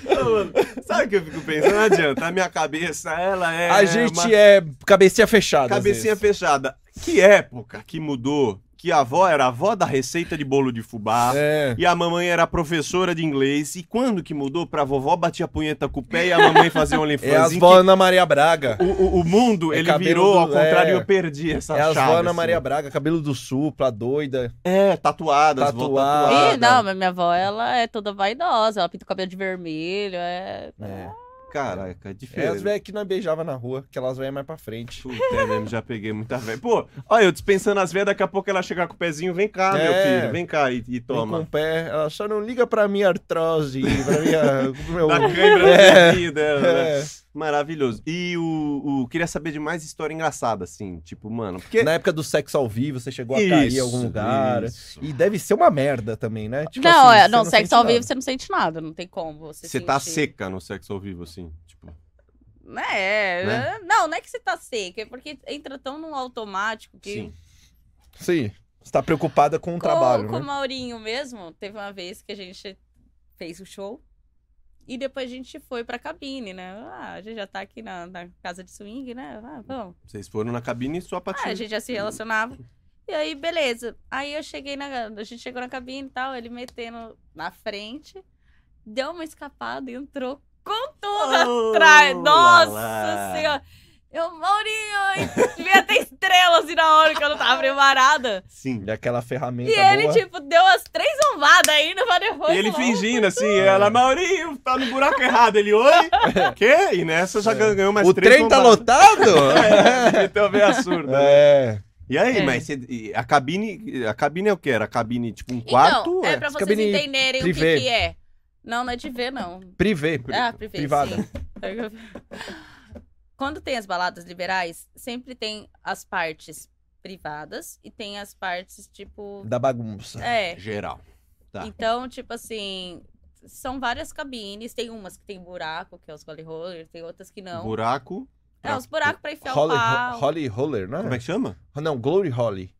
Ô, mano, Sabe o que eu fico pensando? Não adianta. A minha cabeça, ela é. a gente uma é cabecinha fechada. às Cabecinha vezes. fechada. Que época que mudou que a avó era a avó da receita de bolo de fubá. É. E a mamãe era professora de inglês. E quando que mudou pra vovó bater a punheta com o pé e a mamãe fazer OnlyFans? É as Em vó Ana Maria Braga. que o, o- o mundo, É ele cabelo virou do- ao contrário é. e eu perdi essa É as chave. vó Ana assim. Maria Braga, cabelo do supla, doida. É, tatuadas. vó Tatuada. tatuada. Ih, não, mas minha avó, ela é toda vaidosa, ela pinta o cabelo de vermelho, é... É. Caraca, é É as diferente. velhas que nós beijava na rua, aquelas velhas mais pra frente. Puta, é mesmo, já peguei muita velha. Pô, olha, eu dispensando as velhas, daqui a pouco ela chegar com o pezinho, vem cá, É. meu filho, vem cá e, e Vem toma. com o pé. Ela só não liga pra minha artrose, pra minha. pro meu... Da câimbra É. do dedinho dela, né? É. Maravilhoso. E o, o- Queria saber de mais história engraçada, assim. Tipo, mano, porque. Na época do sexo ao vivo, você chegou a cair em algum lugar. isso. E deve ser uma merda também, né? Tipo não, assim, é, você não, sexo sente ao nada. vivo você não sente nada, não tem como você Você tá sentir. seca no sexo ao vivo, assim. Tipo, É, Né? não, não é que você tá seca, é porque entra tão no automático que... sim. Sim. Você tá preocupada com o trabalho, com o né? Maurinho mesmo, teve uma vez que a gente fez o show e depois a gente foi pra cabine, né? Ah, a gente já tá aqui na, na casa de swing, né? Ah, vamos. Vocês foram na cabine só pra Ah, a tirar. gente já se relacionava. E aí, beleza. Aí eu cheguei na. A gente chegou na cabine e tal, ele metendo na frente, deu uma escapada e entrou com Oh, tudo atrás. Nossa senhora! Eu, Maurinho, devia ter estrelas assim na hora que eu não tava preparada. Sim. E aquela ferramenta E ele, tá boa. tipo, deu as três zombadas ainda pra depois. E ele lá. fingindo assim, ela, Maurinho, tá no buraco errado. Ele, oi? Quê? E nessa já ganhou mais É. O três. trem tá lotado. lotado? Então veio a surda. né? é. E aí, É. mas você- e a cabine. A cabine é o que? Era a cabine, tipo, um quarto? Então, é pra vocês cabine entenderem o que, privê. que é. Não, não é de ver, não. Privê. Ah, privê, Privada. sim. Quando tem as baladas liberais, sempre tem as partes privadas e tem as partes, tipo... Da bagunça. É. Geral. Tá. Então, tipo assim... São várias cabines, tem umas que tem buraco, que é os golly roller, tem outras que não. Buraco. É, os buracos pra enfiar Holly, o pau. Holly Roller, né? Como é que chama? Não, Glory Holly.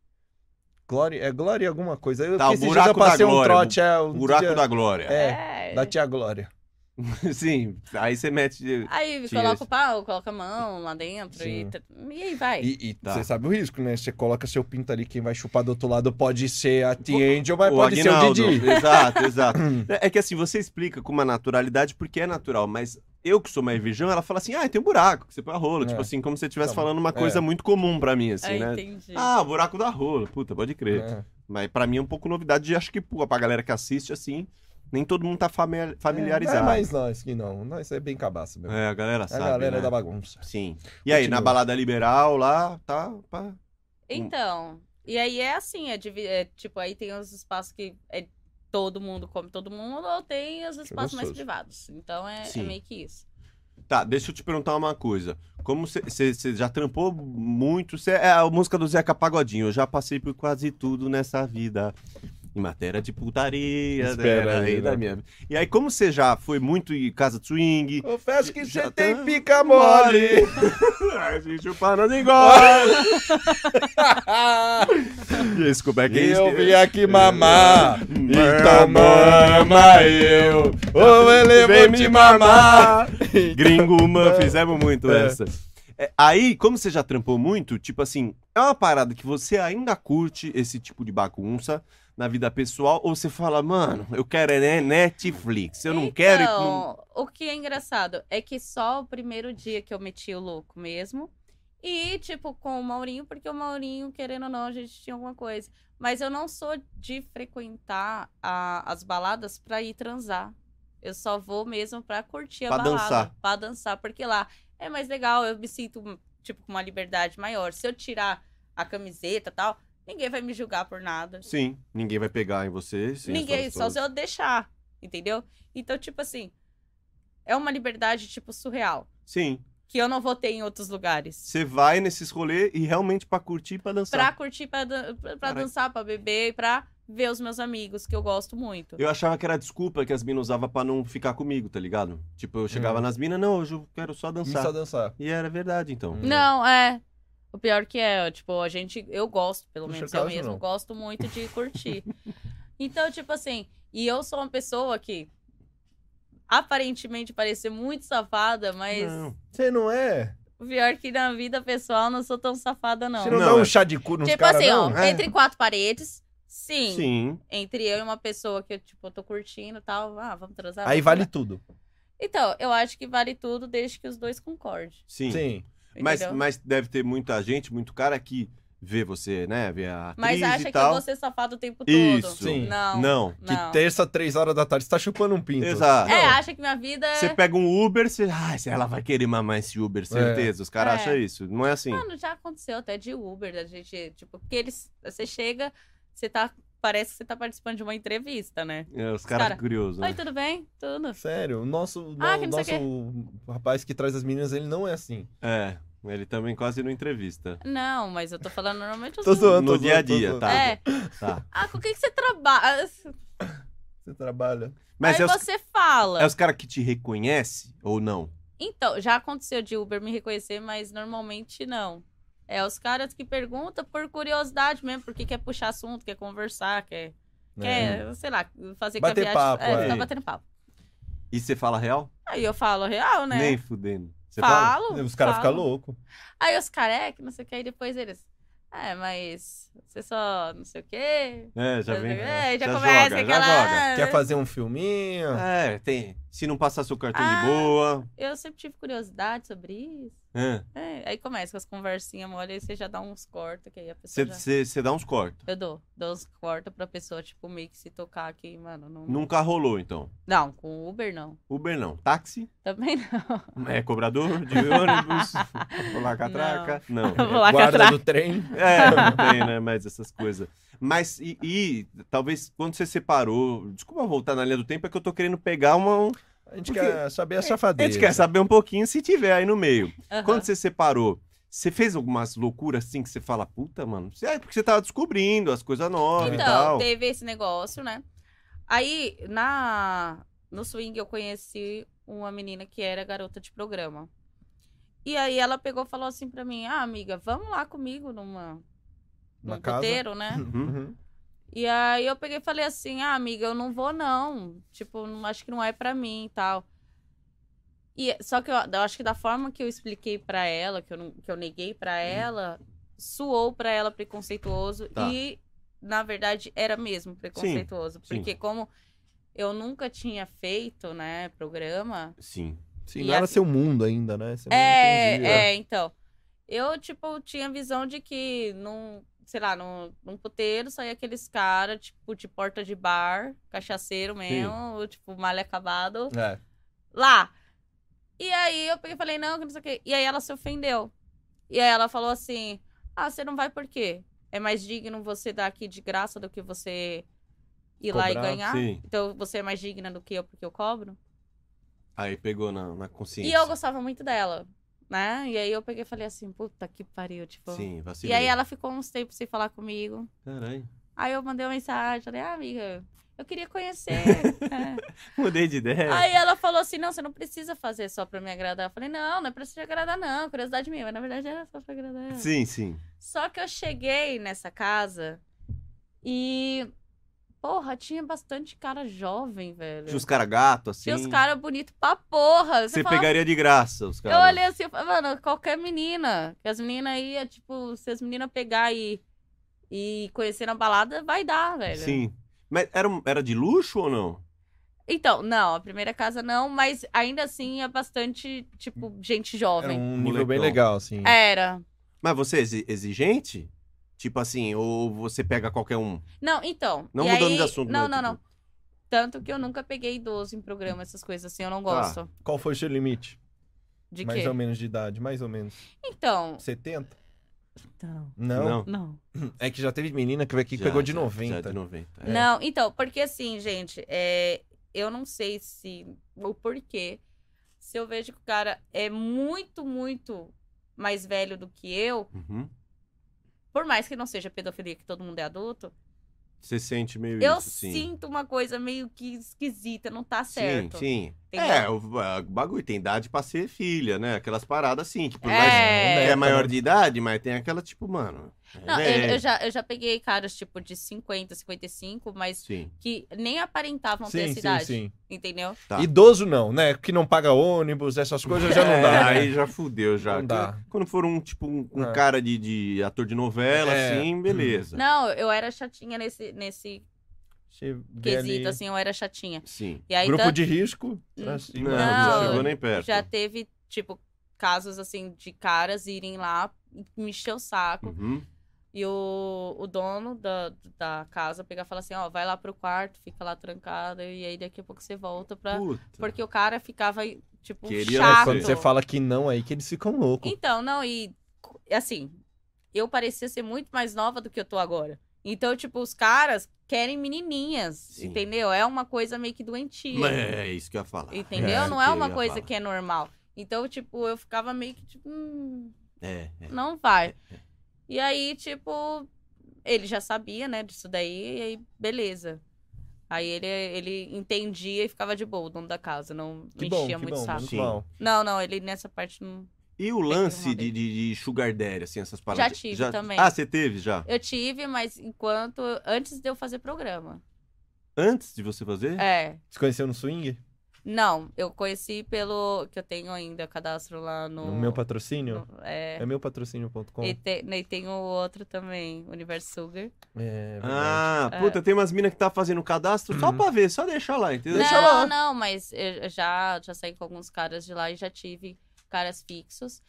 Glory, é Glory alguma coisa. Eu, Tá, o esses dias buraco eu passei da um Glória, trote. É, um Buraco dia- da Glória. É, da tia Glória. Sim. Aí você mete. Aí Tinha coloca esse. o pau, coloca a mão lá dentro e, Sim. t- e aí vai. E, e Tá. você sabe o risco, né? Você coloca seu pinto ali, quem vai chupar do outro lado pode ser a T. Angel, mas o pode Aguinaldo. ser o Didi. Hum. Exato, exato. É é que assim, você explica com uma naturalidade porque é natural, mas eu que sou mais virgão, ela fala assim: ah, tem um buraco que você põe a rola. É. Tipo assim, como se você estivesse Tá bom. falando uma coisa muito comum pra mim, assim, aí né? entendi. Ah, o buraco da rola. Puta, pode crer. É. Mas pra mim é um pouco novidade. e Acho que pô, pra galera que assiste, assim, nem todo mundo tá fami- É, familiarizado. É, mas nós que não. Nós é bem cabaço mesmo. a galera a sabe. galera né? da bagunça. Sim. E aí, Continua. na balada liberal lá, tá. pá. Então, e aí é assim, é, divi- é, tipo, aí tem os espaços que é todo mundo come todo mundo, ou tem os espaços mais gostoso. privados. Então é, é Sim. meio que isso. Tá, deixa eu te perguntar uma coisa. Como você já trampou muito? cê- é a música do Zeca Pagodinho. Eu já passei por quase tudo nessa vida. Em matéria de putaria. Espera né, aí, da né? minha- E aí, como você já foi muito em casa de swing? Confesso que Já tá- você tem pica mole. A gente para não engole! Desculpa, é que eu vim aqui mamar. Então mama eu. Ou ele Vem vem me te mamar. Gringo, man, fizemos muito É. essa. É, aí, como você já trampou muito, tipo assim, é uma parada que você ainda curte esse tipo de bagunça na vida pessoal, ou você fala, mano, eu quero é ne- Netflix, eu não quero. ir com- Então, o que é engraçado é que só o primeiro dia que eu meti o louco mesmo. E, tipo, com o Maurinho, porque o Maurinho, querendo ou não, a gente tinha alguma coisa. Mas eu não sou de frequentar a- as baladas pra ir transar. Eu só vou mesmo pra curtir a Pra balada. dançar. Pra dançar, porque lá é mais legal, eu me sinto, tipo, com uma liberdade maior. Se eu tirar a camiseta e tal, ninguém vai me julgar por nada. Sim, ninguém vai pegar em você. sim, Ninguém, as só suas- se eu deixar. Entendeu? Então, tipo assim, é uma liberdade, tipo, surreal. Sim. Que eu não vou ter em outros lugares. Você vai nesses rolês e realmente pra curtir e pra dançar. Pra curtir, pra, dan- pra Caralho. dançar, pra beber e pra ver os meus amigos, que eu gosto muito. Eu achava que era a desculpa que as minas usavam pra não ficar comigo, tá ligado? Tipo, eu chegava Hum. nas minas, não, hoje eu quero só Não precisa dançar. dançar. E era verdade, então. Hum. Não, é. O pior que é, tipo, a gente. Eu gosto, pelo No menos seu eu caso, mesmo, não. gosto muito de curtir. então, tipo assim, e eu sou uma pessoa que aparentemente parece muito safada, mas Não. Você não é? o pior que na vida pessoal não sou tão safada, não. Você não, Não, dá é. um chá de cu nos tipo cara, assim, não? ó, É. entre quatro paredes, sim. Sim. Entre eu e uma pessoa que eu, tipo, tô curtindo e tal, ah, vamos transar. Aí vamos vale transar. tudo. Então, eu acho que vale tudo desde que os dois concordem. Sim. Sim. Mas, entendeu? mas deve ter muita gente, muito cara que vê você, né? Vê a atriz Mas acha e que eu tal. vou ser safado o tempo todo. Isso. Sim. Não. Não. Que não. terça, três horas da tarde, você tá chupando um pinto. Exato. É, acha que minha vida é. Você pega um Uber, você. Ah, ela vai querer mamar esse Uber, certeza. Os caras É. acham isso. Não é assim. Mano, já aconteceu até de Uber, da gente, tipo, porque eles. Você chega, você tá. Parece que você tá participando de uma entrevista, né? É, os caras cara- ficam curiosos. Né? Oi, tudo bem? Tudo. Sério, o nosso, o Ah, que não nosso sei rapaz que traz as meninas, ele não é assim. É. Ele também quase não entrevista. Não, mas eu tô falando normalmente os Tô zoando. No zoando, dia a tô dia, zoando. tá? É. Tá. Ah, com o que, que você trabalha? Você trabalha. Mas Aí é os, você fala. é os caras que te reconhecem ou não? Então, já aconteceu de Uber me reconhecer, mas normalmente não. É os caras que perguntam por curiosidade mesmo, porque quer puxar assunto, quer conversar, quer, É. né? quer sei lá, fazer Bater com a viagem. papo, é, é. ficar batendo papo. E você fala real? Aí eu falo real, né? Nem fudendo. Você fala? falo. Os caras ficam falo. loucos. Aí os carecas, não sei o que, aí depois eles. É, mas você só não sei o quê. É, já vem. É, já, já começa joga, já aquela. "Ah, joga. Quer fazer um filminho? É, tem. Se não passar seu cartão Ah. de boa. Eu sempre tive curiosidade sobre isso. é. É, aí começa com as conversinhas mole, aí você já dá uns cortes, que aí a pessoa. Você já- você- você dá uns cortes. Eu dou, dou uns cortes pra pessoa, tipo, meio que se tocar aqui, mano. Não, não... Nunca rolou, então. com Uber não. Uber não. Táxi? Também não. É cobrador de ônibus? Pular catraca? Não. Vou lá Guarda atrás. do trem. É, não tem, né? Mais essas coisas. Mas, e, e talvez quando você separou. Desculpa voltar na linha do tempo, é que eu tô querendo pegar uma. A gente Porque- quer saber a A safadeza. gente quer saber um pouquinho se tiver aí no meio. Aham. Quando você separou, você fez algumas loucuras assim que você fala, puta, mano? Você- É porque você tava descobrindo as coisas novas e Então, tal. teve esse negócio, né? Aí, na no swing, eu conheci uma menina que era garota de programa. E aí ela pegou e falou assim pra mim: Ah, amiga, vamos lá comigo numa, Uma num casa? puteiro, né? Uhum. Uhum. E aí eu peguei e falei assim, ah, amiga, eu não vou não. Tipo, não, acho que não é pra mim e tal. E, só que eu, eu acho que da forma que eu expliquei pra ela, que eu, não- que eu neguei Uhum. pra ela, suou pra ela preconceituoso. Tá. E, na verdade, era mesmo preconceituoso. sim. porque como eu nunca tinha feito, né, programa, Sim. Sim, E não era a- seu mundo ainda, né? Você não é, entendia. é, então. Eu, tipo, tinha visão de que num, sei lá, num, num puteiro saía aqueles caras, tipo, de porta de bar, cachaceiro mesmo, tipo, malha acabado, É. lá. E aí eu peguei e falei, não, que não sei o quê. E aí ela se ofendeu. E aí ela falou assim: Ah, você não vai por quê? É mais digno você dar aqui de graça do que você ir lá e Cobrar, ganhar? sim. Então você é mais digna do que eu porque eu cobro? Aí pegou na, na consciência. E eu gostava muito dela, né? E aí eu peguei e falei assim, puta que pariu, tipo. Sim, e vacilei. aí ela ficou uns tempos sem falar comigo. Caralho. Aí eu mandei uma mensagem, falei, ah, amiga, eu queria conhecer. É. Mudei de ideia. Aí ela falou assim, não, você não precisa fazer só pra me agradar. Eu falei, não, não é pra te agradar, não, curiosidade minha. Mas na verdade era só pra agradar. ela. Sim, sim. Só que eu cheguei nessa casa e. Porra, tinha bastante cara jovem, velho. Tinha os caras gato, assim. Tinha os caras bonitos pra porra. Você Você falava, pegaria de graça os caras. Eu olhei assim, eu falei, mano, qualquer menina, que as meninas iam, tipo, se as meninas pegar e, e conhecer na balada, vai dar, velho. Sim. Mas era, um- era de luxo ou não? Então, não, a primeira casa não, mas ainda assim é bastante, tipo, gente Era jovem. É. um nível bem Molecão. legal, assim. Era. Mas você é exi- exigente? Tipo assim, ou você pega qualquer um? Não, então. Não e mudando aí- de assunto, Não, né, não, não. tipo- Tanto que eu nunca peguei idoso em programa, essas coisas assim, eu não Tá. gosto. Qual foi o seu limite? De mais quê? ou menos de idade, mais ou menos. Então. 70? Então. Não. Não. Não. É que já teve menina que veio aqui e Já, pegou de já, 90. Já de 90. é. Não, então, porque assim, gente, é, eu não sei se o porquê. Se eu vejo que o cara é muito, muito mais velho do que eu, Uhum. por mais que não seja pedofilia, que todo mundo é adulto, Você sente meio eu isso, sim. sinto uma coisa meio que esquisita, não tá certo. Sim, sim. Entendeu? É, o o bagulho tem idade pra ser filha, né? Aquelas paradas assim, que por mais É. que é maior de idade, mas tem aquela tipo, mano. Não, eu, é, eu já, eu já peguei caras, tipo, de 50, 55, mas Sim, que nem aparentavam ter Sim, essa sim, idade, sim. entendeu? Tá. Idoso não, né? Que não paga ônibus, essas coisas já não dá. É, né? Aí já fudeu, já. Não dá. Quando for um, tipo, um, um É. cara de, de ator de novela, É. assim, beleza. Não, eu era chatinha nesse, nesse Você vê quesito, ali- assim, eu era chatinha. Sim. E aí, Grupo tanto- de risco. pra Não, cima. né? não, Não, chegou nem perto. já teve, tipo, casos, assim, de caras irem lá, me encher o saco, Uhum. e o, o dono da, da casa pegar e falar assim, ó, vai lá pro quarto, fica lá trancada, e aí daqui a pouco você volta pra... Puta. Porque o cara ficava, tipo, Queria- Mas chato. quando você fala que não aí, que eles ficam loucos. Então, não, e co- assim, eu parecia ser muito mais nova do que eu tô agora. Então, tipo, os caras querem menininhas, Sim. entendeu? É uma coisa meio que doentia. Mas É isso que eu ia falar. Entendeu? isso não que é eu uma ia coisa falar. que é normal. Então, tipo, eu ficava meio que tipo, hum, É, é. não vai. E aí, tipo, ele já sabia, né, disso daí, e aí, beleza. Aí ele, ele entendia e ficava de boa, o dono da casa, não Que me bom, enchia que muito bom, saco. menos Sim. mal. Não, não, ele nessa parte não. E o que lance arrumar de, de, de sugar daddy, assim, essas paradas? Já tive também. Ah, você teve já? Eu tive, mas enquanto. Antes de eu fazer programa. Antes de você fazer? É. Você conheceu no swing? Não, eu conheci pelo. Que eu tenho ainda cadastro lá no. No meu patrocínio? no- É. É meupatrocínio.com. E, te, né, e tem o outro também, Universo Sugar. É, verdade. Ah, puta, tem umas minas que tá fazendo cadastro só pra ver, só deixa lá, entendeu? Deixa não, lá. não, mas eu já, já saí com alguns caras de lá e já tive caras fixos.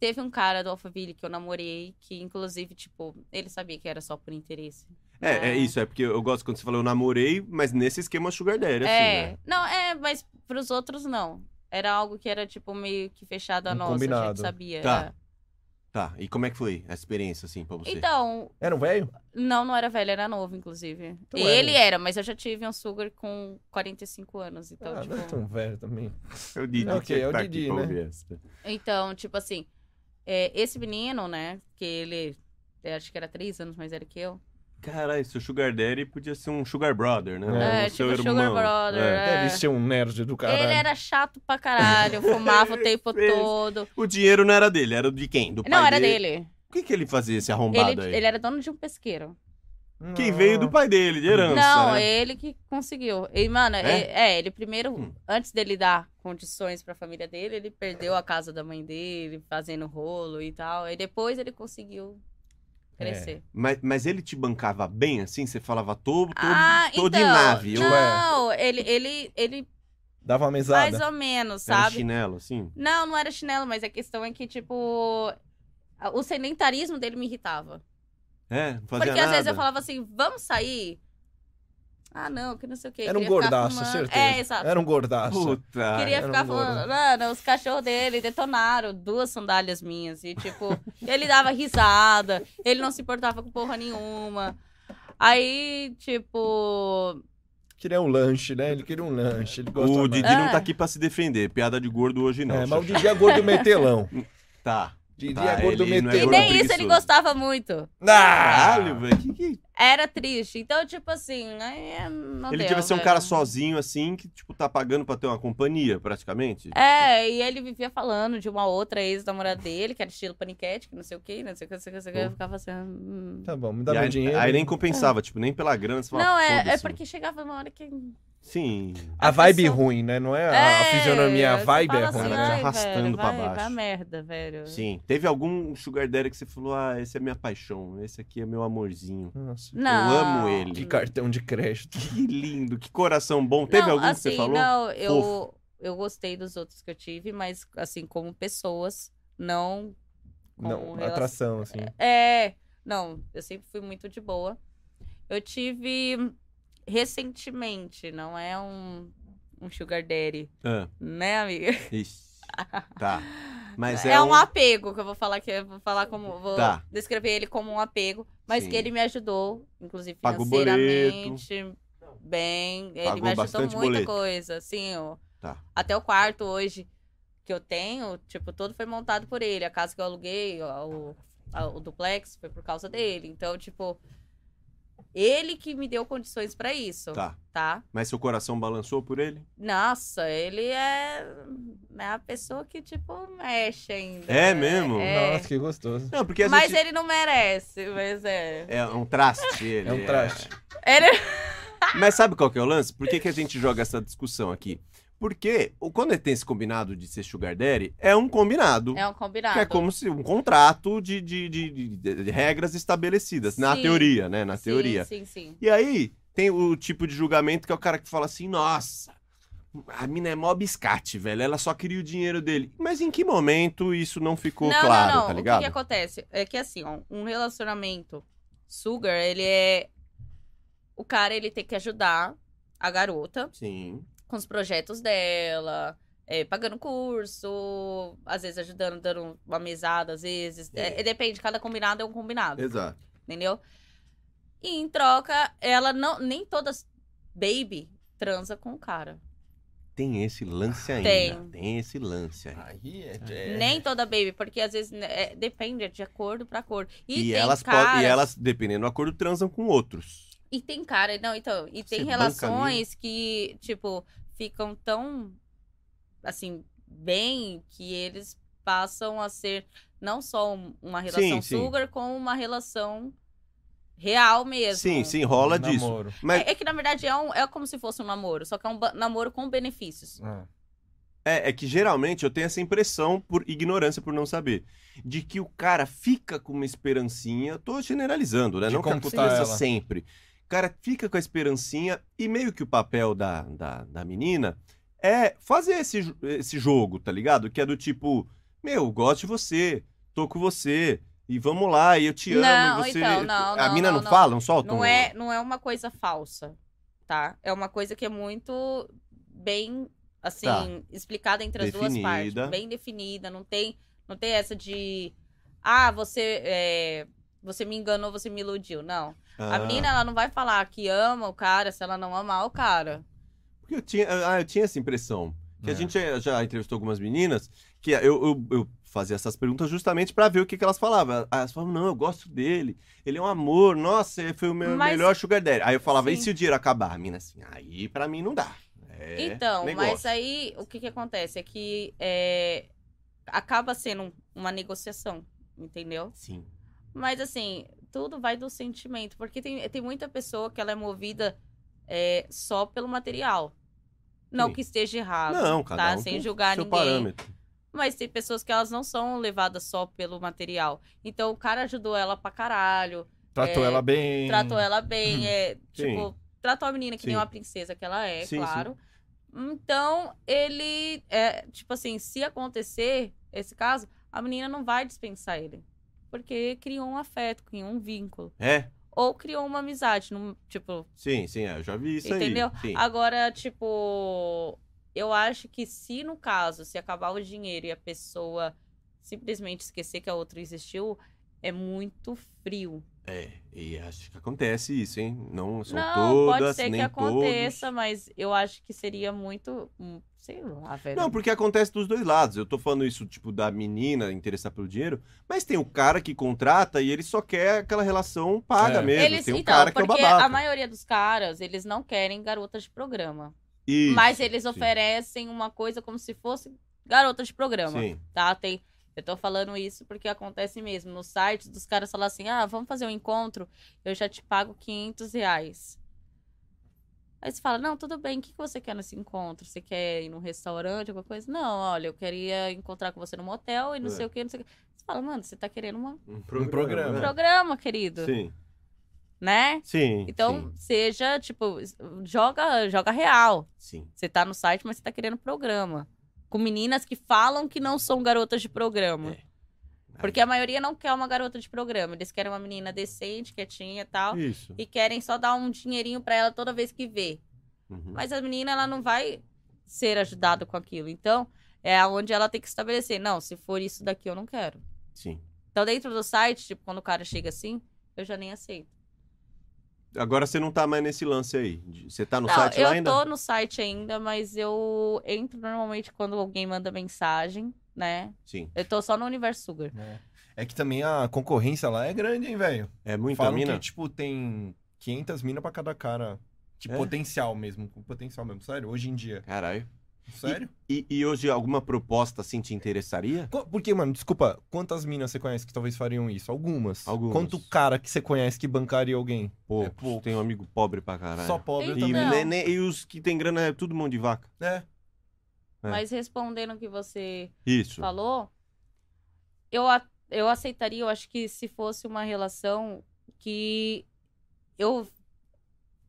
Teve um cara do Alphaville que eu namorei, que inclusive, tipo, ele sabia que era só por interesse. É, é né? isso, é porque eu gosto quando você fala eu namorei, mas nesse esquema sugar daddy, é, assim, né? não, é, mas pros outros não. Era algo que era, tipo, meio que fechado a Um nossa, a combinado. gente sabia. Tá. é. Tá, e como é que foi a experiência, assim, pra você? Então, Era um velho? não, não era velho, era novo, inclusive. Então era. ele era, mas eu já tive um sugar com 45 anos, então, ah, tipo... não é tão velho também. É o Didi Ok, que é o tá Didi, aqui pra né? ouvir essa. Então, tipo assim, é, esse menino, né, que ele, eu acho que era 3 anos mais velho que eu. Caralho, seu sugar daddy podia ser um sugar brother, né? É, Um tipo seu sugar irmão. brother, É. É. Deve ser um nerd do caralho. Ele era chato pra caralho, fumava o tempo Fez. todo. O dinheiro não era dele, era de quem? Do Não, pai era dele. O que, que ele fazia, esse arrombado Ele, aí? ele era dono de um pesqueiro. Não. Quem veio do pai dele, de herança, Não, né? ele que conseguiu. E, mano, É? e- é, ele primeiro, Hum. antes dele dar condições pra família dele, ele perdeu a casa da mãe dele, fazendo rolo e tal. E depois ele conseguiu crescer. Mas, mas ele te bancava bem, assim? Você falava, tô, tô, Ah, tô então. de nave. eu- Não, ele, ele, ele Dava uma mais mesada. ou menos, Era sabe? chinelo, assim? Não, não era chinelo, mas a questão é que, tipo, a- o sedentarismo dele me irritava. É, não fazia Porque nada. às vezes eu falava assim, vamos sair? Ah, não, que não sei o quê. Era um queria ficar gordaço, fumando. certeza. É, exato. Era um gordaço. Puta. Queria era ficar um falando, gordo. mano, os cachorros dele detonaram duas sandálias minhas. E, tipo, ele dava risada, ele não se importava com porra nenhuma. Aí, tipo. Queria um lanche, né? Ele queria um lanche. Ele gosta O mais. Didi É. não tá aqui pra se defender. Piada de gordo hoje não. É, mas o Xaxá. Didi é gordo metelão. Tá. Didi Tá, é gordo ele não é E gordo. metelão. nem isso ele preguiçoso. gostava muito. Caralho, Caralho, velho. que é que- Era triste. Então, tipo assim, aí não é. Ele deu, devia ser um velho. cara sozinho, assim, que, tipo, tá pagando pra ter uma companhia, praticamente. É, e ele vivia falando de uma outra ex-namorada dele, que era estilo paniquete, que não sei o que, não sei o que, não sei o que, não sei o que. Eu ficava assim. hum. Tá bom, me dá E meu aí, dinheiro. aí nem compensava, tipo, nem pela grana. Você fala, Não, é, é "Foda-se". porque chegava uma hora que. Sim. A vibe pessoa- ruim, né? Não é a É, fisionomia, a você vibe é fala ruim. assim, Cara, te né? "Ai, arrastando velho, pra vai- baixo." Vai merda, velho. Sim. Teve algum sugar daddy que você falou, ah, esse é minha paixão, esse aqui é meu amorzinho. Nossa, Não. Eu amo ele. que cartão de crédito. Que lindo, que coração bom. Teve não, algum que assim, você falou? Não, eu, Fofo. eu gostei dos outros que eu tive, mas assim, como pessoas, não. Como Não, relação- atração, assim. É. Não, eu sempre fui muito de boa. Eu tive recentemente, não é um, um sugar daddy, Ah, né, amiga? ixi. Tá. Mas é, é, um apego, que eu vou falar que eu vou falar como. Vou Tá. descrever ele como um apego, mas Sim. que ele me ajudou, inclusive Paga o boleto. financeiramente. bem. Ele Pagou me ajudou bastante muita boleto. coisa, assim. o- Tá. Até o quarto hoje que eu tenho, tipo, todo foi montado por ele. A casa que eu aluguei, o, a- o duplex, foi por causa dele. Então, tipo, ele que me deu condições pra isso, Tá. tá? Mas seu coração balançou por ele? Nossa, ele é, é a pessoa que, tipo, mexe ainda. É mesmo? É. Nossa, que gostoso. Não, porque a Mas gente... ele não merece, mas é. É um traste ele. É um traste. Ele... Mas sabe qual que é o lance? Por que, que a gente joga essa discussão aqui? Porque o- quando tem esse combinado de ser sugar daddy, é um combinado. É um combinado. Que é como se um contrato de, de, de- de- de regras estabelecidas, na Sim. teoria, né? Na Sim, teoria. Sim, sim. E aí tem o tipo de julgamento que é o cara que fala assim: nossa, a mina é mó biscate, velho. Ela só queria o dinheiro dele. Mas em que momento isso não ficou não, claro, não, não. tá O ligado? que, que acontece? É que assim, ó, um relacionamento sugar, ele é. O cara, ele tem que ajudar a garota Sim. com os projetos dela, é, pagando curso, às vezes ajudando, dando uma mesada, às vezes. É. É, depende, cada combinado é um combinado. Exato. entendeu? E em troca, ela não. Nem todas baby transa com o cara. Tem esse lance ainda. Tem. Tem esse lance ainda. Aí é. é- Nem toda baby, porque às vezes né, é, depende de acordo pra acordo. E, E tem elas, po- caras, e elas, dependendo do acordo, transam com outros. E tem cara, não, então, e Você tem banca relações que, tipo, ficam tão assim, bem que eles passam a ser não só um- uma relação Sim, sim. sugar, como uma relação real mesmo. Sim, sim, rola disso. Um Namoro. Mas É, é que na verdade é, um- é como se fosse um namoro, só que é um ba- namoro com benefícios. Ah. é, é que geralmente eu tenho essa impressão, por ignorância, por não saber, de que o cara fica com uma esperancinha. Tô generalizando, né? De não que conquistar aconteça ela. sempre. O cara fica com a esperancinha e meio que o papel da, da, da menina é fazer esse, jo- esse jogo, tá ligado? Que é do tipo: meu, gosto de você, tô com você. E vamos lá, e eu te amo. Não, você... então, não, a não, mina não, não, não. fala, não solta Não um- é, não é uma coisa falsa, tá? É uma coisa que é muito bem, assim, Tá. explicada entre as duas partes. Definida. Bem definida, não tem, não tem essa de... Ah, você, é, você me enganou, você me iludiu. Não. Ah. A menina, ela não vai falar que ama o cara se ela não amar o cara. Porque eu tinha, ah, eu tinha essa impressão. Que a É. gente já- já entrevistou algumas meninas que é, eu, eu, eu fazia essas perguntas justamente pra ver o que, que elas falavam. Ah, Elas falavam, não, eu gosto dele, ele é um amor, nossa, ele foi o meu Mas- melhor sugar daddy. Aí eu falava, e Sim. se o dinheiro acabar? A mina assim, aí pra mim não dá. É então, negócio. mas aí, o que que acontece? É que é, acaba sendo um- uma negociação, entendeu? Sim. Mas assim, tudo vai do sentimento. Porque tem, tem muita pessoa que ela é movida é, só pelo material. Não Sim. que esteja errado. Não, cada tá? um Sem com julgar seu ninguém. parâmetro. Mas tem pessoas que elas não são levadas só pelo material. Então o cara ajudou ela pra caralho, Tratou É, ela bem. tratou ela bem, é, Sim. tipo, tratou a menina que nem Sim. uma princesa que ela é, Sim, claro. Então, ele é, tipo assim, se acontecer esse caso, a menina não vai dispensar ele. Porque criou um afeto, criou um vínculo É, ou criou uma amizade, num- tipo, sim, sim, é, eu já vi isso Entendeu? aí. Sim. agora, tipo, eu acho que se no caso, se acabar o dinheiro e a pessoa simplesmente esquecer que a outra existiu, é muito frio. É, e acho que acontece isso, hein? Não são Não, todas, pode ser nem que todos. aconteça, mas eu acho que seria muito, hum, sei lá, velho. Não, porque acontece dos dois lados. Eu tô falando isso, tipo, da menina interessar pelo dinheiro, mas tem o cara que contrata e ele só quer aquela relação paga É. mesmo. eles, tem um então, cara que é o porque babaca. a maioria dos caras, eles não querem garotas de programa. Isso, mas eles sim, oferecem uma coisa como se fosse garota de programa. Sim, tá? Tem, eu tô falando isso porque acontece mesmo. No site dos caras falam assim: ah, vamos fazer um encontro, eu já te pago 500 reais. Aí você fala: não, tudo bem, o que, que você quer nesse encontro? Você quer ir num restaurante, alguma coisa? Não, olha, eu queria encontrar com você no motel e não É. sei o que, não sei o que. Você fala: mano, você tá querendo uma- um programa. né? um programa, querido, Sim, né? sim. Então, seja, tipo, joga, joga real. Sim. sim. Você tá no site, mas você tá querendo programa. Com meninas que falam que não são garotas de programa. É. Porque a maioria não quer uma garota de programa. Eles querem uma menina decente, quietinha e tal. Isso. E querem só dar um dinheirinho pra ela toda vez que vê. Uhum. Mas a menina, ela não vai ser ajudada com aquilo. Então, é onde ela tem que estabelecer. Não, se for isso daqui, eu não quero. Sim. Então, dentro do site, tipo, quando o cara chega assim, eu já nem aceito. Agora você não tá mais nesse lance aí. de- Você tá no Não, site eu lá ainda? tô no site ainda, mas eu entro normalmente quando alguém manda mensagem, né? Sim. Eu tô só no Universo Sugar. É que também a concorrência lá é grande, hein, velho? É muita Falam mina? que, tipo, tem 500 minas pra cada cara. Tipo, É? potencial mesmo. Com potencial mesmo. Sério? Hoje em dia. Caralho. Sério? E, e hoje alguma proposta assim te interessaria? Co- Porque, mano, desculpa, quantas minas você conhece que talvez fariam isso? Algumas. Algumas. Quanto cara que você conhece que bancaria alguém? Pô, É pouco. tem um amigo pobre pra caralho. Só pobre e, Então. também. nem- nem- e os que tem grana é tudo mão de vaca. É. É. Mas respondendo o que você Isso. falou, eu, a- eu aceitaria, eu acho que se fosse uma relação que eu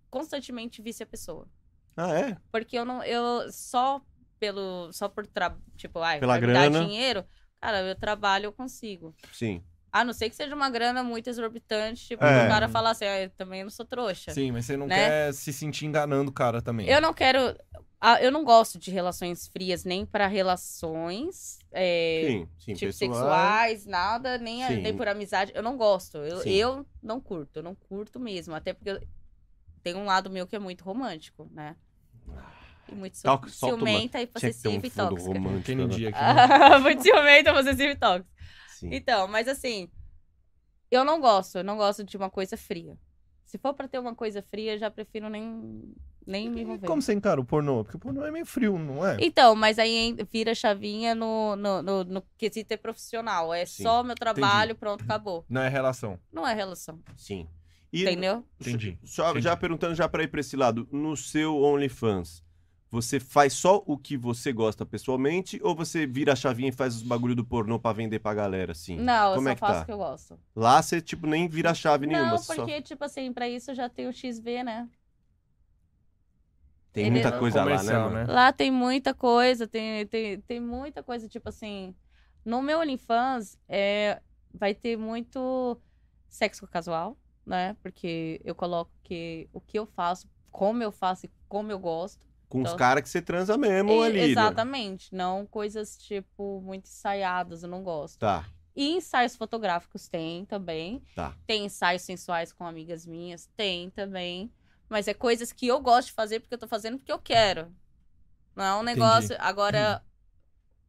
constantemente visse a pessoa. Ah, é? Porque eu não, eu só pelo, só por, tra- tipo, ai, Pela vai me dar grana. dinheiro, cara, eu trabalho, eu consigo. Sim. A não ser que seja uma grana muito exorbitante, tipo, É. o cara falar assim, ah, eu também não sou trouxa. Sim, mas você não Né? quer se sentir enganando o cara também. Eu não quero, ah, eu não gosto de relações frias, nem para relações, é, Sim, sim. tipo, pessoal. sexuais, nada, nem, a- Sim. nem por amizade. Eu não gosto. Eu, Sim. eu não curto, eu não curto mesmo. Até porque eu- tem um lado meu que é muito romântico, né? E muito ciu- Toca- solta uma- ciumenta e Tinha que ter um possessiva e fundo tóxica. romântico. Aquele né? dia aqui. muito ciumenta, possessiva e tóxica. Sim. Então, mas assim, eu não gosto, eu não gosto de uma coisa fria. Se for pra ter uma coisa fria, eu já prefiro nem, nem me envolver. Como você encara o pornô? Porque o pornô é meio frio, não é? Então, mas aí hein, vira chavinha no, no, no, no quesito é profissional. É Sim, só meu trabalho, pronto, acabou. Não é relação. Não é relação, Sim. E entendeu? Entendi. Só, Entendi. Já perguntando já pra ir pra esse lado, no seu OnlyFans, você faz só o que você gosta pessoalmente ou você vira a chavinha e faz os bagulho do pornô pra vender pra galera, assim? Não, Como eu é só que faço tá? o que eu gosto. Lá você, tipo, nem vira chave nenhuma. não, você porque, só... tipo assim, pra isso eu já tenho o XV, né? Tem ele- é muita coisa lá, né, Comercial, mano? Lá tem muita coisa, tem, tem, tem muita coisa, tipo assim. No meu OnlyFans, é, vai ter muito sexo casual, né? Porque eu coloco que o que eu faço, como eu faço e como eu gosto. Com os Então- caras que você transa mesmo E- ali. né? exatamente. Não coisas, tipo, muito ensaiadas, eu não gosto. Tá. E ensaios fotográficos tem também. Tá. Tem ensaios sensuais com amigas minhas, tem também. Mas é coisas que eu gosto de fazer porque eu tô fazendo porque eu quero. Não é um Entendi. Hum. negócio. Agora,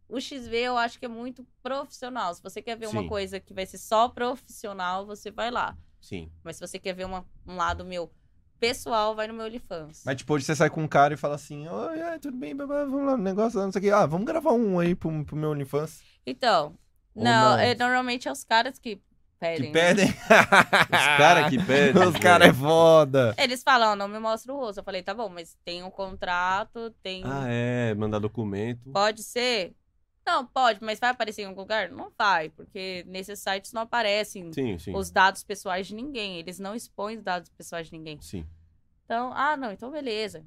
o XV eu acho que é muito profissional. Se você quer ver Sim. uma coisa que vai ser só profissional, você vai lá. Sim. Mas se você quer ver uma- um lado meu pessoal, vai no meu OnlyFans. Mas tipo, hoje você sai com um cara e fala assim, oi, é, tudo bem, babá, vamos lá, um negócio, não sei o quê. Ah, vamos gravar um aí pro, pro meu OnlyFans. Então, Ou não, não? é, normalmente é os caras que que pedem. né? pedem. Os caras que né? pedem. Ah! Os caras é foda. Eles falam, "Ó, não me mostra o rosto. Eu falei, tá bom, mas tem um contrato, tem. Ah, é. Mandar documento. Pode ser? Não, pode, mas vai aparecer em algum lugar? Não vai, porque nesses sites não aparecem Sim, sim. os dados pessoais de ninguém. Eles não expõem os dados pessoais de ninguém. Sim. Então, ah, não, então beleza.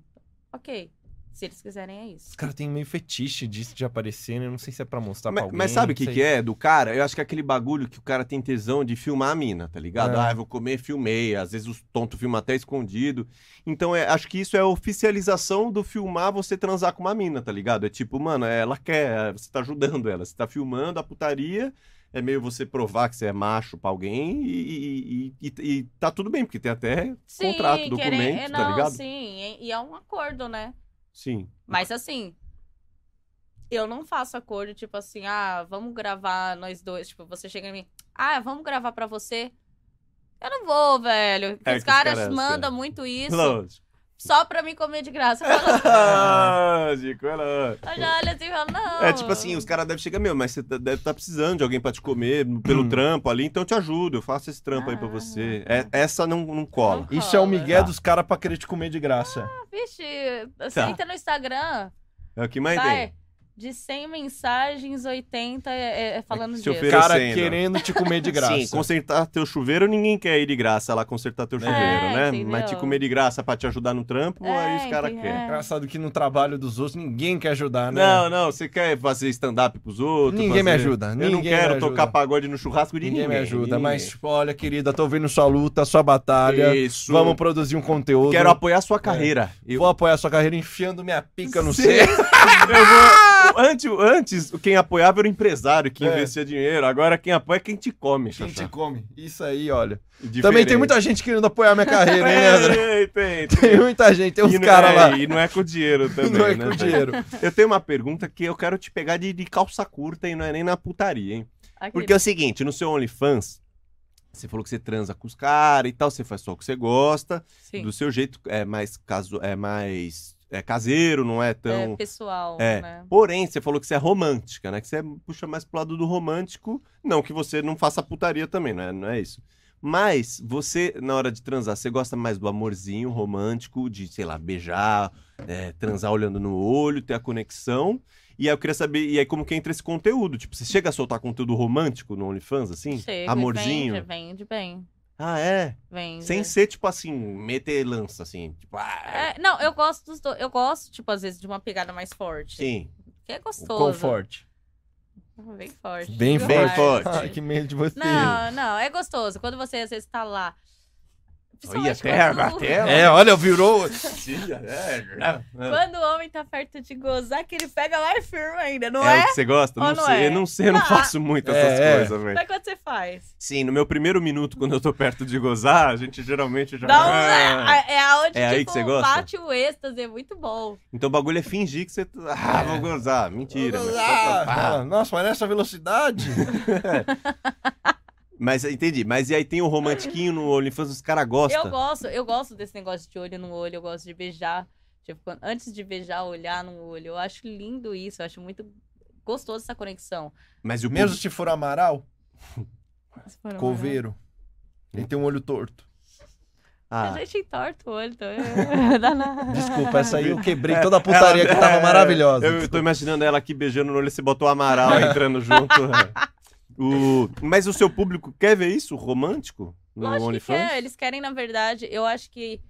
Ok. Se eles quiserem, é isso. Os caras têm meio fetiche disso de aparecer, né? Não sei se é pra mostrar Mas, pra alguém. mas sabe o que, que é do cara? Eu acho que é aquele bagulho que o cara tem tesão de filmar a mina, tá ligado? É. Ah, eu vou comer, filmei. Às vezes os tontos filmam até escondido. Então é- acho que isso é a oficialização do filmar você transar com uma mina, tá ligado? É tipo, mano, ela quer, você tá ajudando ela, você tá filmando a putaria. É meio você provar que você é macho pra alguém e, e- e- e- e tá tudo bem, porque tem até contrato, documento, querem- é, tá não, ligado? sim, e e é um acordo, né? Sim. Mas assim, eu não faço acordo, tipo assim, ah, vamos gravar nós dois. Tipo, você chega em mim, ah, vamos gravar pra você. Eu não vou, velho. É, que os os caras caras- mandam muito isso É. Lógico. só pra me comer de graça. Eu falo- Lógico, é lógico. eu já olho assim e falo, não. É tipo assim, os caras devem chegar, meu, mas você tá- deve estar precisando de alguém pra te comer pelo Hum. trampo ali, então eu te ajudo, eu faço esse trampo aí pra você. Ah. É- essa não, não cola. Isso é o migué Tá. dos caras pra querer te comer de graça. Vixe, você Tá. entra no Instagram, É o que mais vai, tem. de 100 mensagens, 80 é, é falando Se disso. oferecer cara Oferecendo. querendo te comer de graça. Sim, consertar teu chuveiro, ninguém quer ir de graça lá consertar teu chuveiro, né? É, entendeu? Mas te comer de graça pra te ajudar no trampo, aí É, os caras entendeu? querem. Engraçado que no trabalho dos outros ninguém quer ajudar, né? Não, não, você quer fazer stand-up pros outros? Ninguém me fazer- ajuda, Eu não ninguém me quero ajuda. tocar pagode no churrasco de ninguém, ninguém. me ajuda. de Mas, ninguém. tipo, olha, querida, tô vendo sua luta, sua batalha. Isso. Vamos produzir um conteúdo. Quero apoiar sua carreira. Vou apoiar sua carreira enfiando minha pica no Sim. C. Eu vou- Antes, antes, quem apoiava era o empresário que É. investia dinheiro. Agora quem apoia é quem te come, Quem Xaxá. te come? Isso aí, olha. Diferente. Também tem muita gente querendo apoiar minha carreira, hein, Leandro? É, tem, tem. Tem muita gente, tem uns E não- caras é, lá. E não é com dinheiro também, Não é né, com velho? dinheiro. Eu tenho uma pergunta que eu quero te pegar de, de calça curta e não é nem na putaria, hein? Aquele- Porque é o seguinte, no seu OnlyFans, você falou que você transa com os caras e tal, você faz só o que você gosta, Sim. do seu jeito é mais, caso, é mais é caseiro, não é tão... É pessoal, é. né? Porém, você falou que você é romântica, né? Que você puxa mais pro lado do romântico. Não que você não faça putaria também, não é, não é isso. Mas você, na hora de transar, você gosta mais do amorzinho romântico, de, sei lá, beijar, é, transar olhando no olho, ter a conexão. E aí eu queria saber, e aí como que entra esse conteúdo? Tipo, você chega a soltar conteúdo romântico no OnlyFans, assim? Chega, Amorzinho? Vende, vende bem. Ah, é? Vende. Sem ser, tipo assim, meter lança, assim. Tipo, ah, É, não, eu gosto dos dois. Eu gosto, tipo, às vezes, de uma pegada mais forte. sim. Que é gostoso. Uhum, Conforte. Bem forte. Bem viu, forte. Marcos? Forte. Ah, que medo de você. Não, não, é gostoso. Quando você às vezes tá lá. Olha, Principalmente até, quando- até. É, olha, virou. Quando o homem tá perto de gozar, que ele pega lá e firma ainda, não É é? o que você gosta? Ou Não, não sei, é? eu não sei, eu não Ah. faço muito essas É, é. coisas, velho. Mas quando você faz? Sim, no meu primeiro minuto, quando eu tô perto de gozar, a gente geralmente já. Dá um... Ah. É aonde, É aí tipo, que você gosta? bate o êxtase, é muito bom. Então o bagulho é fingir que você. Ah, É. vou gozar. Mentira. mas- Ah, nossa, mas nessa velocidade. Mas, ah, entendi. Mas e aí tem o romantiquinho no OnlyFans, os caras Eu gostam. gosto, eu gosto desse negócio de olho no olho, eu gosto de beijar. Tipo, quando- antes de beijar, olhar no olho. Eu acho lindo isso, eu acho muito gostoso essa conexão. Mas o Mesmo se for Amaral, é. couveiro. Ele tem um olho torto. Ah. A gente entorta o olho, então é danado. Desculpa, essa aí eu quebrei toda a putaria que é, tava maravilhosa. Eu tô imaginando ela aqui beijando no olho, você botou o Amaral entrando junto. né? O... Mas o seu público quer ver isso? Romântico? No Lógico que OnlyFans? quer, eles querem, na verdade, eu acho que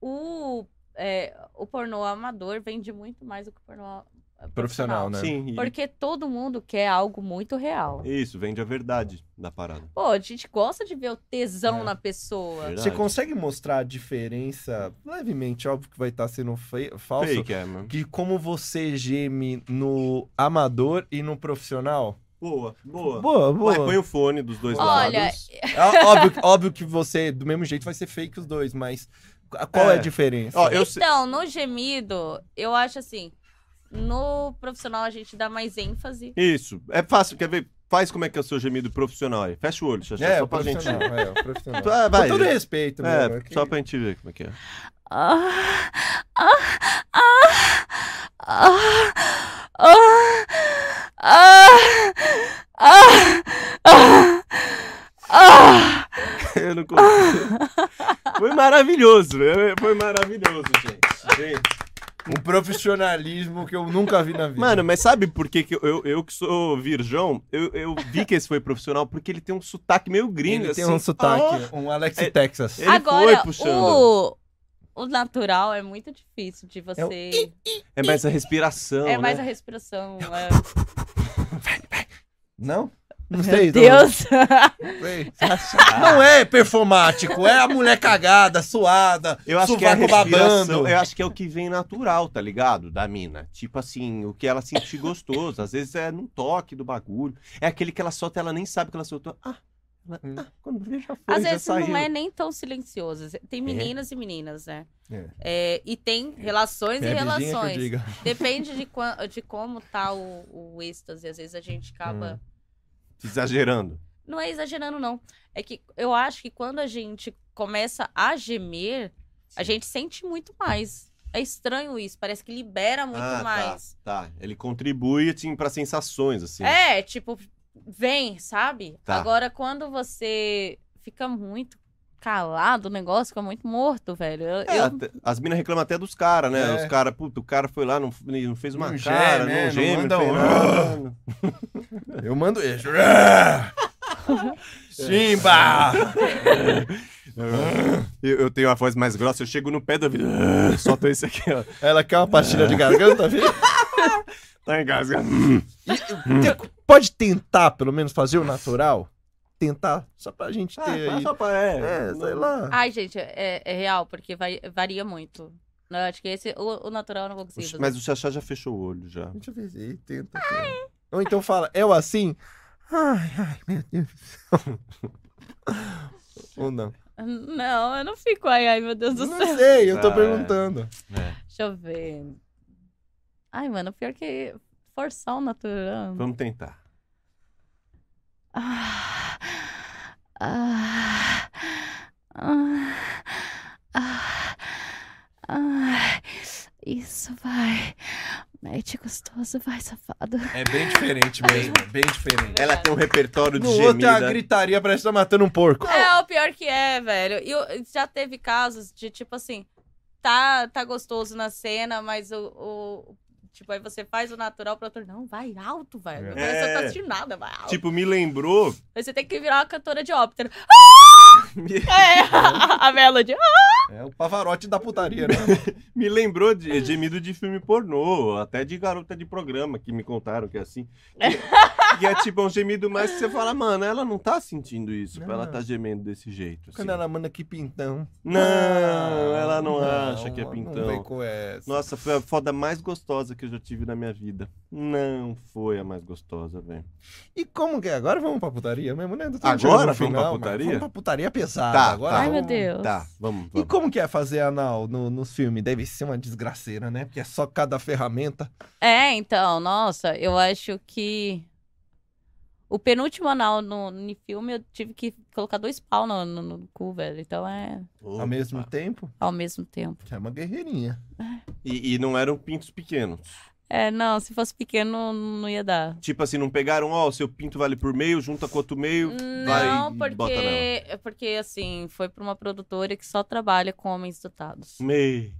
o, é, o pornô amador vende muito mais do que o pornô É Profissional, né? Sim. e- Porque todo mundo quer algo muito real. Isso, vende a verdade da parada. Pô, a gente gosta de ver o tesão É. na pessoa. Verdade. Você consegue mostrar a diferença, levemente, óbvio que vai estar sendo fe- falso, Fake, é, mano. de como você geme no amador e no profissional? Boa, boa. Boa, boa. Ué, um- põe o fone dos dois Olha, é lados. Ó- óbvio, óbvio que você, do mesmo jeito, vai ser fake os dois, mas a- qual é, É. a diferença? Ó, eu sei- Então, no gemido, eu acho assim, no profissional a gente dá mais ênfase. Isso. É fácil, quer ver? Faz como é que é o seu gemido profissional aí. Fecha o olho, Xaxá, é, só o pra gente. profissional, é, o profissional. Ah, vai. Com todo respeito, mesmo, É, que- só pra gente ver como é que é. Eu não consigo. Foi maravilhoso, né? foi maravilhoso, gente. gente. Um profissionalismo que eu nunca vi na vida. Mano, mas sabe por que, que eu, eu, eu que sou virgão, eu, eu vi que esse foi profissional porque ele tem um sotaque meio gringo, ele tem assim. um sotaque, um Alex É- Texas. Ele Agora, foi puxando. o, o natural é muito difícil de você. Ah, é mais a respiração, Então, É mais a né? respiração. é- Não? Não sei. então, Deus! Não, sei. Não é performático, é a mulher cagada, suada, Eu acho que é a sovaco babando. respiração, eu acho que é o que vem natural, tá ligado? Da mina. Tipo assim, o que ela sentir gostoso. Às vezes é num toque do bagulho. É aquele que ela solta, ela nem sabe que ela soltou. Ah, ela- Hum. ah, quando vê, já foi, Às já vezes saiu. não é nem tão silencioso. Tem meninas e meninas, né? É. É, e tem relações e Minha vizinha que eu relações. diga. Depende de, quan- de como tá o, o êxtase. Às vezes a gente acaba. Exagerando. Não é exagerando, não. É que eu acho que quando a gente começa a gemer, a gente sente muito mais. É estranho isso, parece que libera muito Ah, tá. mais. Tá, ele contribui assim, pra sensações, assim. É, tipo, vem, sabe? Tá. Agora, quando você fica muito calado, o negócio fica muito morto, velho. Eu, É, eu- até- as minas reclamam até dos caras, né? É. Os caras, puta, o cara foi lá, não, não fez uma Não geme, cara, né? não Não geme, manda não fez um- nada. Eu mando esse. Simba! Eu, eu tenho a voz mais grossa, eu chego no pé da vida. Solta esse aqui, ó. Ela quer uma pastilha de garganta, viu? Tá engasgado. E- te- Pode tentar, pelo menos, fazer o natural? Tentar, só pra gente ter Ah, aí. só pra- é, É, sei lá. Ai, gente, é, é real, porque vai- varia muito. Não, acho que esse, o, o natural eu não consigo. Mas o Xaxá já fechou o olho já. Deixa eu ver se tenta. Ah, é. cara. Ou então fala, eu assim. Ai, ai, meu Deus do céu. Ou não. Não, eu não fico ai, ai, meu Deus do céu. Não sei, eu tô Ah, é. perguntando. Deixa eu ver. Ai, mano, pior que forçar o natural. Vamos tentar. Ah, ah, ah, ah, ah. isso vai. Mete gostoso, vai, safado. É bem diferente mesmo, bem diferente. Ela tem um repertório de É. No outro é a gemida. gritaria, parece que tá matando um porco. É, o pior que é, velho. E eu- já teve casos de, tipo assim, tá, tá gostoso na cena, mas o, o- Tipo, aí você faz o natural pro ator. Não, vai alto, velho. É. Parece que eu tô assistindo nada, vai alto. Tipo, me lembrou. Aí você tem que virar uma cantora de ópera. É, a, a Melody. Tá É o pavarote da putaria, né? Me lembrou de gemido de filme pornô, até de garota de programa, que me contaram que é assim. Que, que é tipo um gemido mais que você fala, mano, ela não tá sentindo isso, Não. pra ela tá gemendo desse jeito. assim." Quando ela manda que pintão. Não, ela não, Não, acha que é Não vem pintão. com essa. Nossa, foi a foda mais gostosa que eu já tive na minha vida. Não foi a mais gostosa, velho. E como que é? Agora vamos pra putaria mesmo, né? Não tem Agora chegando no vamos pra final, putaria? mas Vamos pra putaria pesada. Tá, agora tá. Ai, meu vamos- Deus. Tá, vamos, E vamos. como que é fazer anal no, nos filmes? Deve ser uma desgraceira, né? Porque é só cada ferramenta. É, então, nossa, eu acho que o penúltimo anal no, no filme eu tive que colocar dois pau no, no- no cu, velho. Então é Opa. Ao mesmo tempo, ao mesmo tempo. é uma guerreirinha. E, e não eram pintos pequenos. É, não, se fosse pequeno não ia dar. Tipo assim, não pegaram, ó, o seu pinto vale por meio, junta com outro meio, vai e Não, bota nela. porque, é porque assim, foi pra uma produtora que só trabalha com homens dotados. Hum, Meio.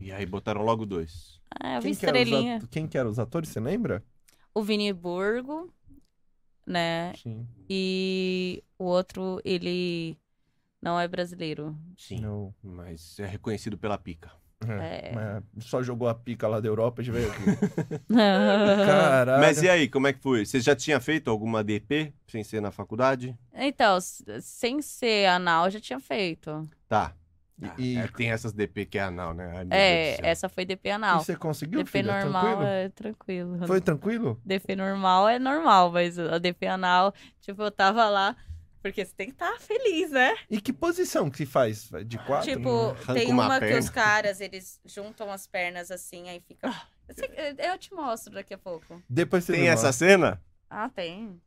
E aí botaram logo dois. Ah, eu vi que era os estrelinha. ato- Quem que era os atores, você lembra? O Vini Burgo, né? Sim. E o outro, ele não é brasileiro. Sim. Não. Mas é reconhecido pela pica. É, É. Mas só jogou a pica lá da Europa e veio aqui. Caralho. Mas e aí, como é que foi? Você já tinha feito alguma DP sem ser na faculdade? Então, s- sem ser anal, eu já tinha feito. Tá. E- É, tem essas DP que é anal, né? Ai, meu Deus do É, céu. essa foi DP E anal. você conseguiu, DP filha? normal Tranquilo? é tranquilo. Foi tranquilo? DP normal é normal, mas a DP anal, tipo, eu tava lá. Porque você tem que estar feliz, né? E que posição que faz? É De quatro? tipo, arranca tem uma uma, que perna. os caras, eles juntam as pernas assim, aí fica. Você- Eu te mostro daqui a pouco. Depois você Tem me essa mostra. cena? Ah, tem.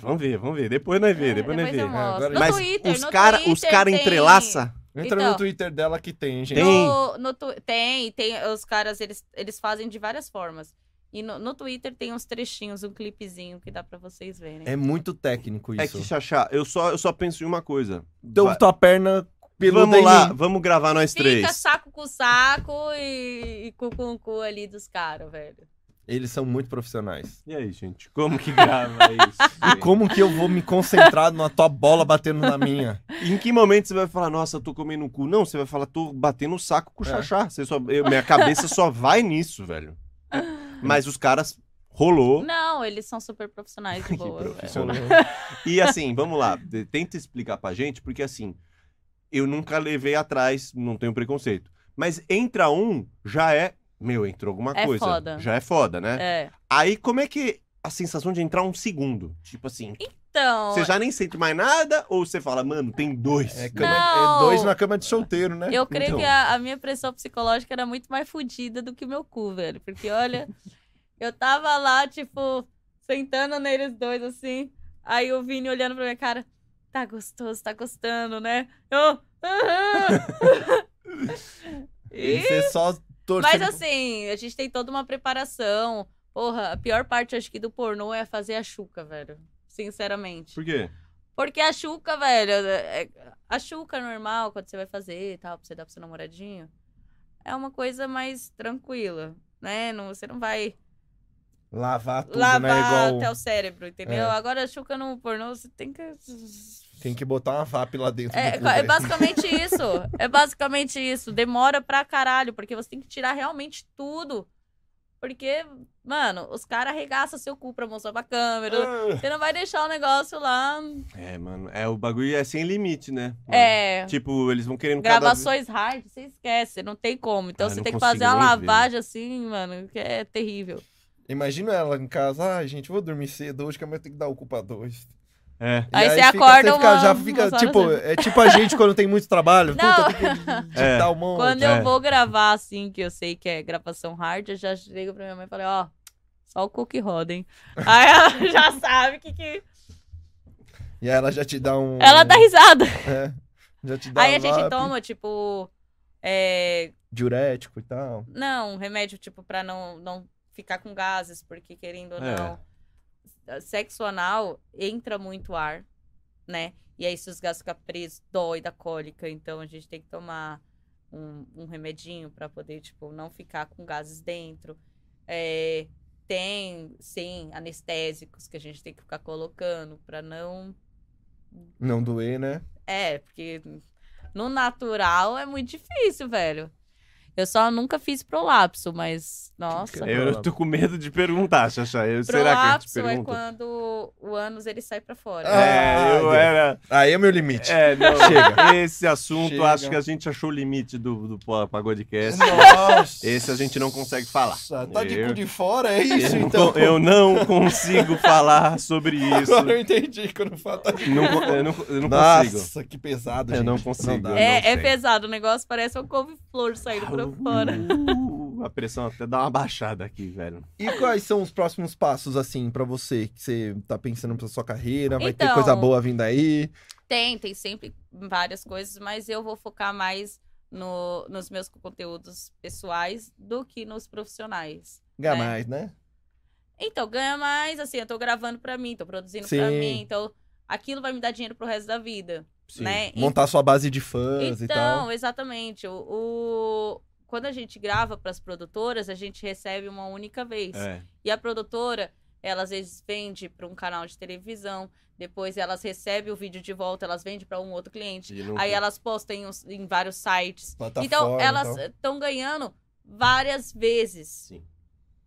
Vamos ver, vamos ver. Depois nós vê, É, depois nós vê. eu mostro. Agora- No Mas Twitter, os no cara, os Twitter cara tem- entrelaça. Entra no Então. Twitter dela que tem, gente. Tem? No, no tu- tem, tem. Os caras, eles, eles fazem de várias formas. E no, no Twitter tem uns trechinhos, um clipezinho que dá pra vocês verem. É muito técnico isso. Então, É que, Xaxá, eu só, eu só penso em uma coisa. Deu Va- tua perna peluda vamos em lá, mim. vamos gravar nós Fica três. saco com saco e, e cu com cu ali dos caras, velho. Eles são muito profissionais. E aí, gente, como que grava isso? E como que eu vou me concentrar na tua bola batendo na minha? Em que momento você vai falar, nossa, eu tô comendo um cu? Não, você vai falar, tô batendo o saco com o É. chachá. Você só, eu- minha cabeça só vai nisso, velho. Mas os caras rolou. Não, eles são super profissionais de boa. velho. profissional. E assim, vamos lá, de- tenta explicar pra gente, porque assim, eu nunca levei atrás, não tenho preconceito. Mas entra um, já é. Meu, entrou alguma É coisa. foda. Já é foda, né? É. Aí como é que a sensação de entrar um segundo? Tipo assim, Então, você já nem sente mais nada ou você fala, mano, tem dois? É, Não. cama- é dois na cama de solteiro, né? eu creio Então. que é a, a minha pressão psicológica era muito mais fodida do que o meu cu, velho. Porque, olha, eu tava lá, tipo, sentando neles dois, assim. Aí o Vini olhando pra minha cara. Tá gostoso, tá gostando, né? Eu... "Aham." E E- você só torcendo. Mas assim, a gente tem toda uma preparação. Porra, a pior parte, acho que, do pornô é fazer a chuca, velho. Sinceramente. Por quê? Porque a chuca, velho, é- a chuca normal, quando você vai fazer e tal, pra você dar pro seu namoradinho, é uma coisa mais tranquila, né? Não, você não vai Lavar tudo, né? lavar Igual. até o cérebro, entendeu? É. Agora, a chuca no pornô, você tem que... Tem que botar uma VAP lá dentro. É, do cu, é velho. basicamente isso. É basicamente isso. Demora pra caralho, porque você tem que tirar realmente tudo Porque, mano, os caras arregaçam seu cu pra mostrar pra câmera. Ah. Você não vai deixar o negócio lá. É, mano. É, o bagulho é sem limite, né? É. Tipo, eles vão querendo cada vez- Gravações hard, você esquece, não tem como. Então Ah, você não tem que consigo fazer uma nem ver. lavagem assim, mano, que é terrível. Imagina ela em casa, ah, gente, vou dormir cedo hoje que amanhã eu tenho que dar o culpa dois. É. Aí você fica- acorda fica- já uma- fica, umas horas tipo, é tipo a gente quando tem muito trabalho. Não. Puta, tem que É. digitar um monte. Quando é. eu vou gravar assim, que eu sei que é gravação hard, eu já chego pra minha mãe e falei, ó, só o cu que roda, hein? Aí ela já sabe que que... E aí ela já te dá um. Ela dá risada. É, já te dá Aí a um gente lap, toma, tipo, é, Diurético e tal. Não, um remédio, tipo, pra não, não ficar com gases, porque querendo ou É. não. Sexo anal entra muito ar, né? E aí, se os gases ficam presos, dói da cólica. Então, a gente tem que tomar um, um remedinho pra poder, tipo, não ficar com gases dentro. É, tem, sim, anestésicos que a gente tem que ficar colocando pra não. Não doer, né? É, porque no natural é muito difícil, velho. Eu só nunca fiz prolapso, mas, nossa. Cara, Eu eu tô com medo de perguntar, Xaxá. Eu, será que eu te Prolapso é pergunto? quando o ânus ele sai pra fora. Ah, É, eu Deus. era. Aí é meu limite. É, não, Chega. Esse assunto, Chega. acho que a gente achou o limite do, do po- pagodecast. Nossa. Esse a gente não consegue falar. Tá de Eu- cu de fora, é isso Eu, então? não- eu não consigo falar sobre isso. Agora eu entendi quando fala tá de Não co- eu não, eu não consigo. Nossa, que pesado, Eu gente. não consigo. dá. eu não é, é sei. pesado, o negócio parece um couve-flor saindo pra fora. Uh, a pressão até dá uma baixada aqui, velho. E quais são os próximos passos, assim, pra você? Que você tá pensando pra sua carreira? Vai ter Então- coisa boa vindo aí? Tem, tem sempre várias coisas, mas eu vou focar mais no, nos meus conteúdos pessoais do que nos profissionais. Ganhar É. mais, né? Então, ganha mais, assim, eu tô gravando pra mim, tô produzindo Sim. pra mim, então aquilo vai me dar dinheiro pro resto da vida, né? Montar sua base de fãs e tal. Então, exatamente. O, o- Quando a gente grava pras produtoras, a gente recebe uma única vez. É. E a produtora, ela às vezes vende pra um canal de televisão, depois elas recebem o vídeo de volta, elas vendem pra um outro cliente. E não- Aí elas postam em, uns- em vários sites. Plataforma então, e elas tal. estão ganhando várias vezes. Sim.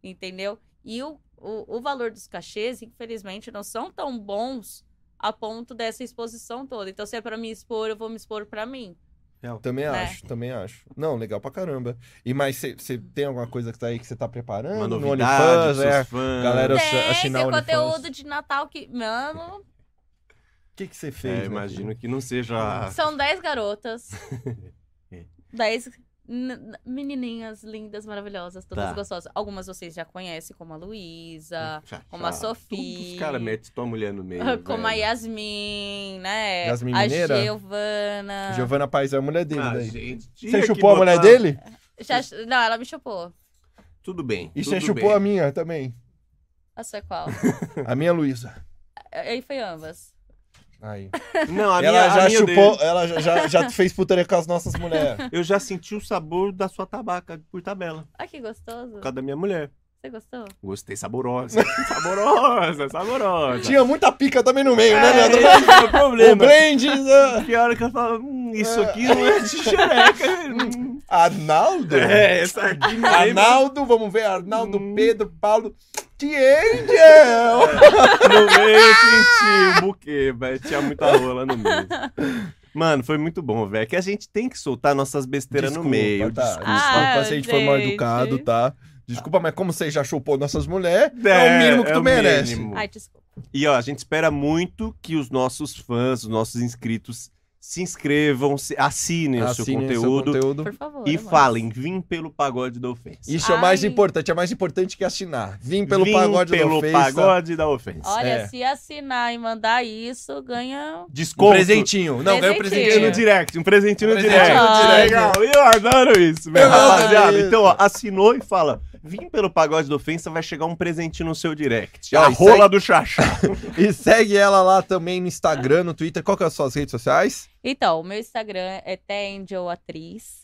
Entendeu? E o, o, o valor dos cachês, infelizmente, não são tão bons a ponto dessa exposição toda. Então, se é pra me expor, eu vou me expor pra mim. Também né? acho, também acho. Não, legal pra caramba. E mas você tem alguma coisa que tá aí que você tá preparando? Uma no novidade, OnlyFans, é? seus fãs. Galera- Quero assi- Tem, assinar tem OnlyFans. conteúdo de Natal que. Mano, O que que você É, fez? né? imagino que não Ah. seja. são 10 garotas. É. 10 n- menininhas lindas, maravilhosas, todas Tá. gostosas. Algumas vocês já conhecem, como a Luísa, Xaxá. como a Os Sofia. caras metem tua mulher no meio. como velho. a Yasmin, né? Yasmin a Mineira? Giovana. Giovana Paz é a mulher dele Ah, daí. gente, tinha Você que chupou a mulher botar- dele? Já- não, ela me chupou. Tudo bem. E tudo você chupou bem. a minha também. A sua é qual? A minha Luísa. Aí foi ambas. Aí. Não, a minha, ela a já minha chupou, dele. ela já, já, já fez putaria com as nossas mulheres. Eu já senti o sabor da sua tabaca por tabela, Ah, que gostoso. por causa da minha mulher. Você gostou? Gostei, saborosa. saborosa, saborosa. Tinha muita pica também no meio, né, É, Leandro? esse é o O problema. blend. né? Que hora que eu falo, hum, isso aqui não é de xereca. Hum. Arnaldo? É, essa aqui não é. Arnaldo, vamos ver. Arnaldo, Hum. É, Pedro, Paulo. Tiangel! No meio eu senti o buquê, velho. Tinha muita rola no meio. Mano, foi muito bom, velho. É Que a gente tem que soltar nossas besteiras no meio. Tá, desculpa Ah, se a gente foi mal gente. educado, tá? Desculpa, mas como você já chupou nossas mulheres, é, É, o mínimo que é tu o merece. mínimo. Ai, desculpa. E ó, a gente espera muito que os nossos fãs, os nossos inscritos, se inscrevam, se- assinem o seu Assinem seu conteúdo, conteúdo. Por favor. e amor. falem, vim pelo pagode da ofensa. Isso é o mais Ai. importante, é mais importante que assinar. Vim pelo Vim pagode pelo da ofensa. pagode da ofensa. Olha, É. se assinar e mandar isso, ganha. Um Desconto. presentinho. Não, ganhou um Presentinho presentinho. no direct, um presentinho no Presentinho direct. no direct. Legal, eu adoro isso, meu Eu adoro rapaziada. isso. Então, ó, assinou e fala: vim pelo pagode da ofensa, vai chegar um presentinho no seu direct. Ó, a Ah, isso rola do Xaxá. E segue ela lá também no Instagram, no Twitter. Qual que é as suas redes sociais? Então, o meu Instagram é TheAngelAtriz.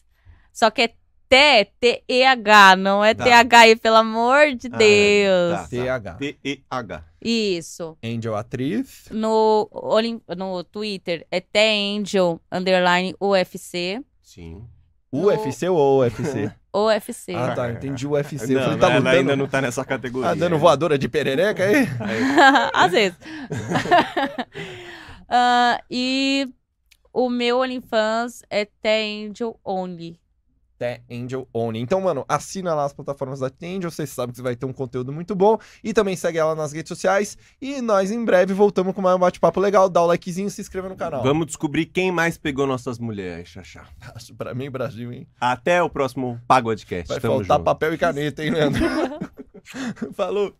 Só que é T, T-E-H, não é Tá. T-H-I, pelo amor de Ah, Deus. tá. TH. T-E-H. Isso. Angel Atriz. No, Olim- no Twitter é TheAngel, underline UFC. Sim. No- UFC ou UFC? UFC. Ah, tá. Entendi o UFC. eu Não, falei, tá ela lutando. ainda não tá nessa categoria. Tá dando voadora de perereca aí? Às vezes. Ah, e o meu OnlyFans é The Angel Only. The Angel Only. Então, mano, assina lá as plataformas da The Angel, vocês sabem que você vai ter um conteúdo muito bom. E também segue ela nas redes sociais. E nós, em breve, voltamos com mais um bate-papo legal. Dá o likezinho e se inscreva no canal. Vamos descobrir quem mais pegou nossas mulheres, Xaxá. Acho pra mim, Brasil, hein? Até o próximo Pagodcast. Vai Tamo faltar junto. papel e caneta, hein, Leandro? Falou!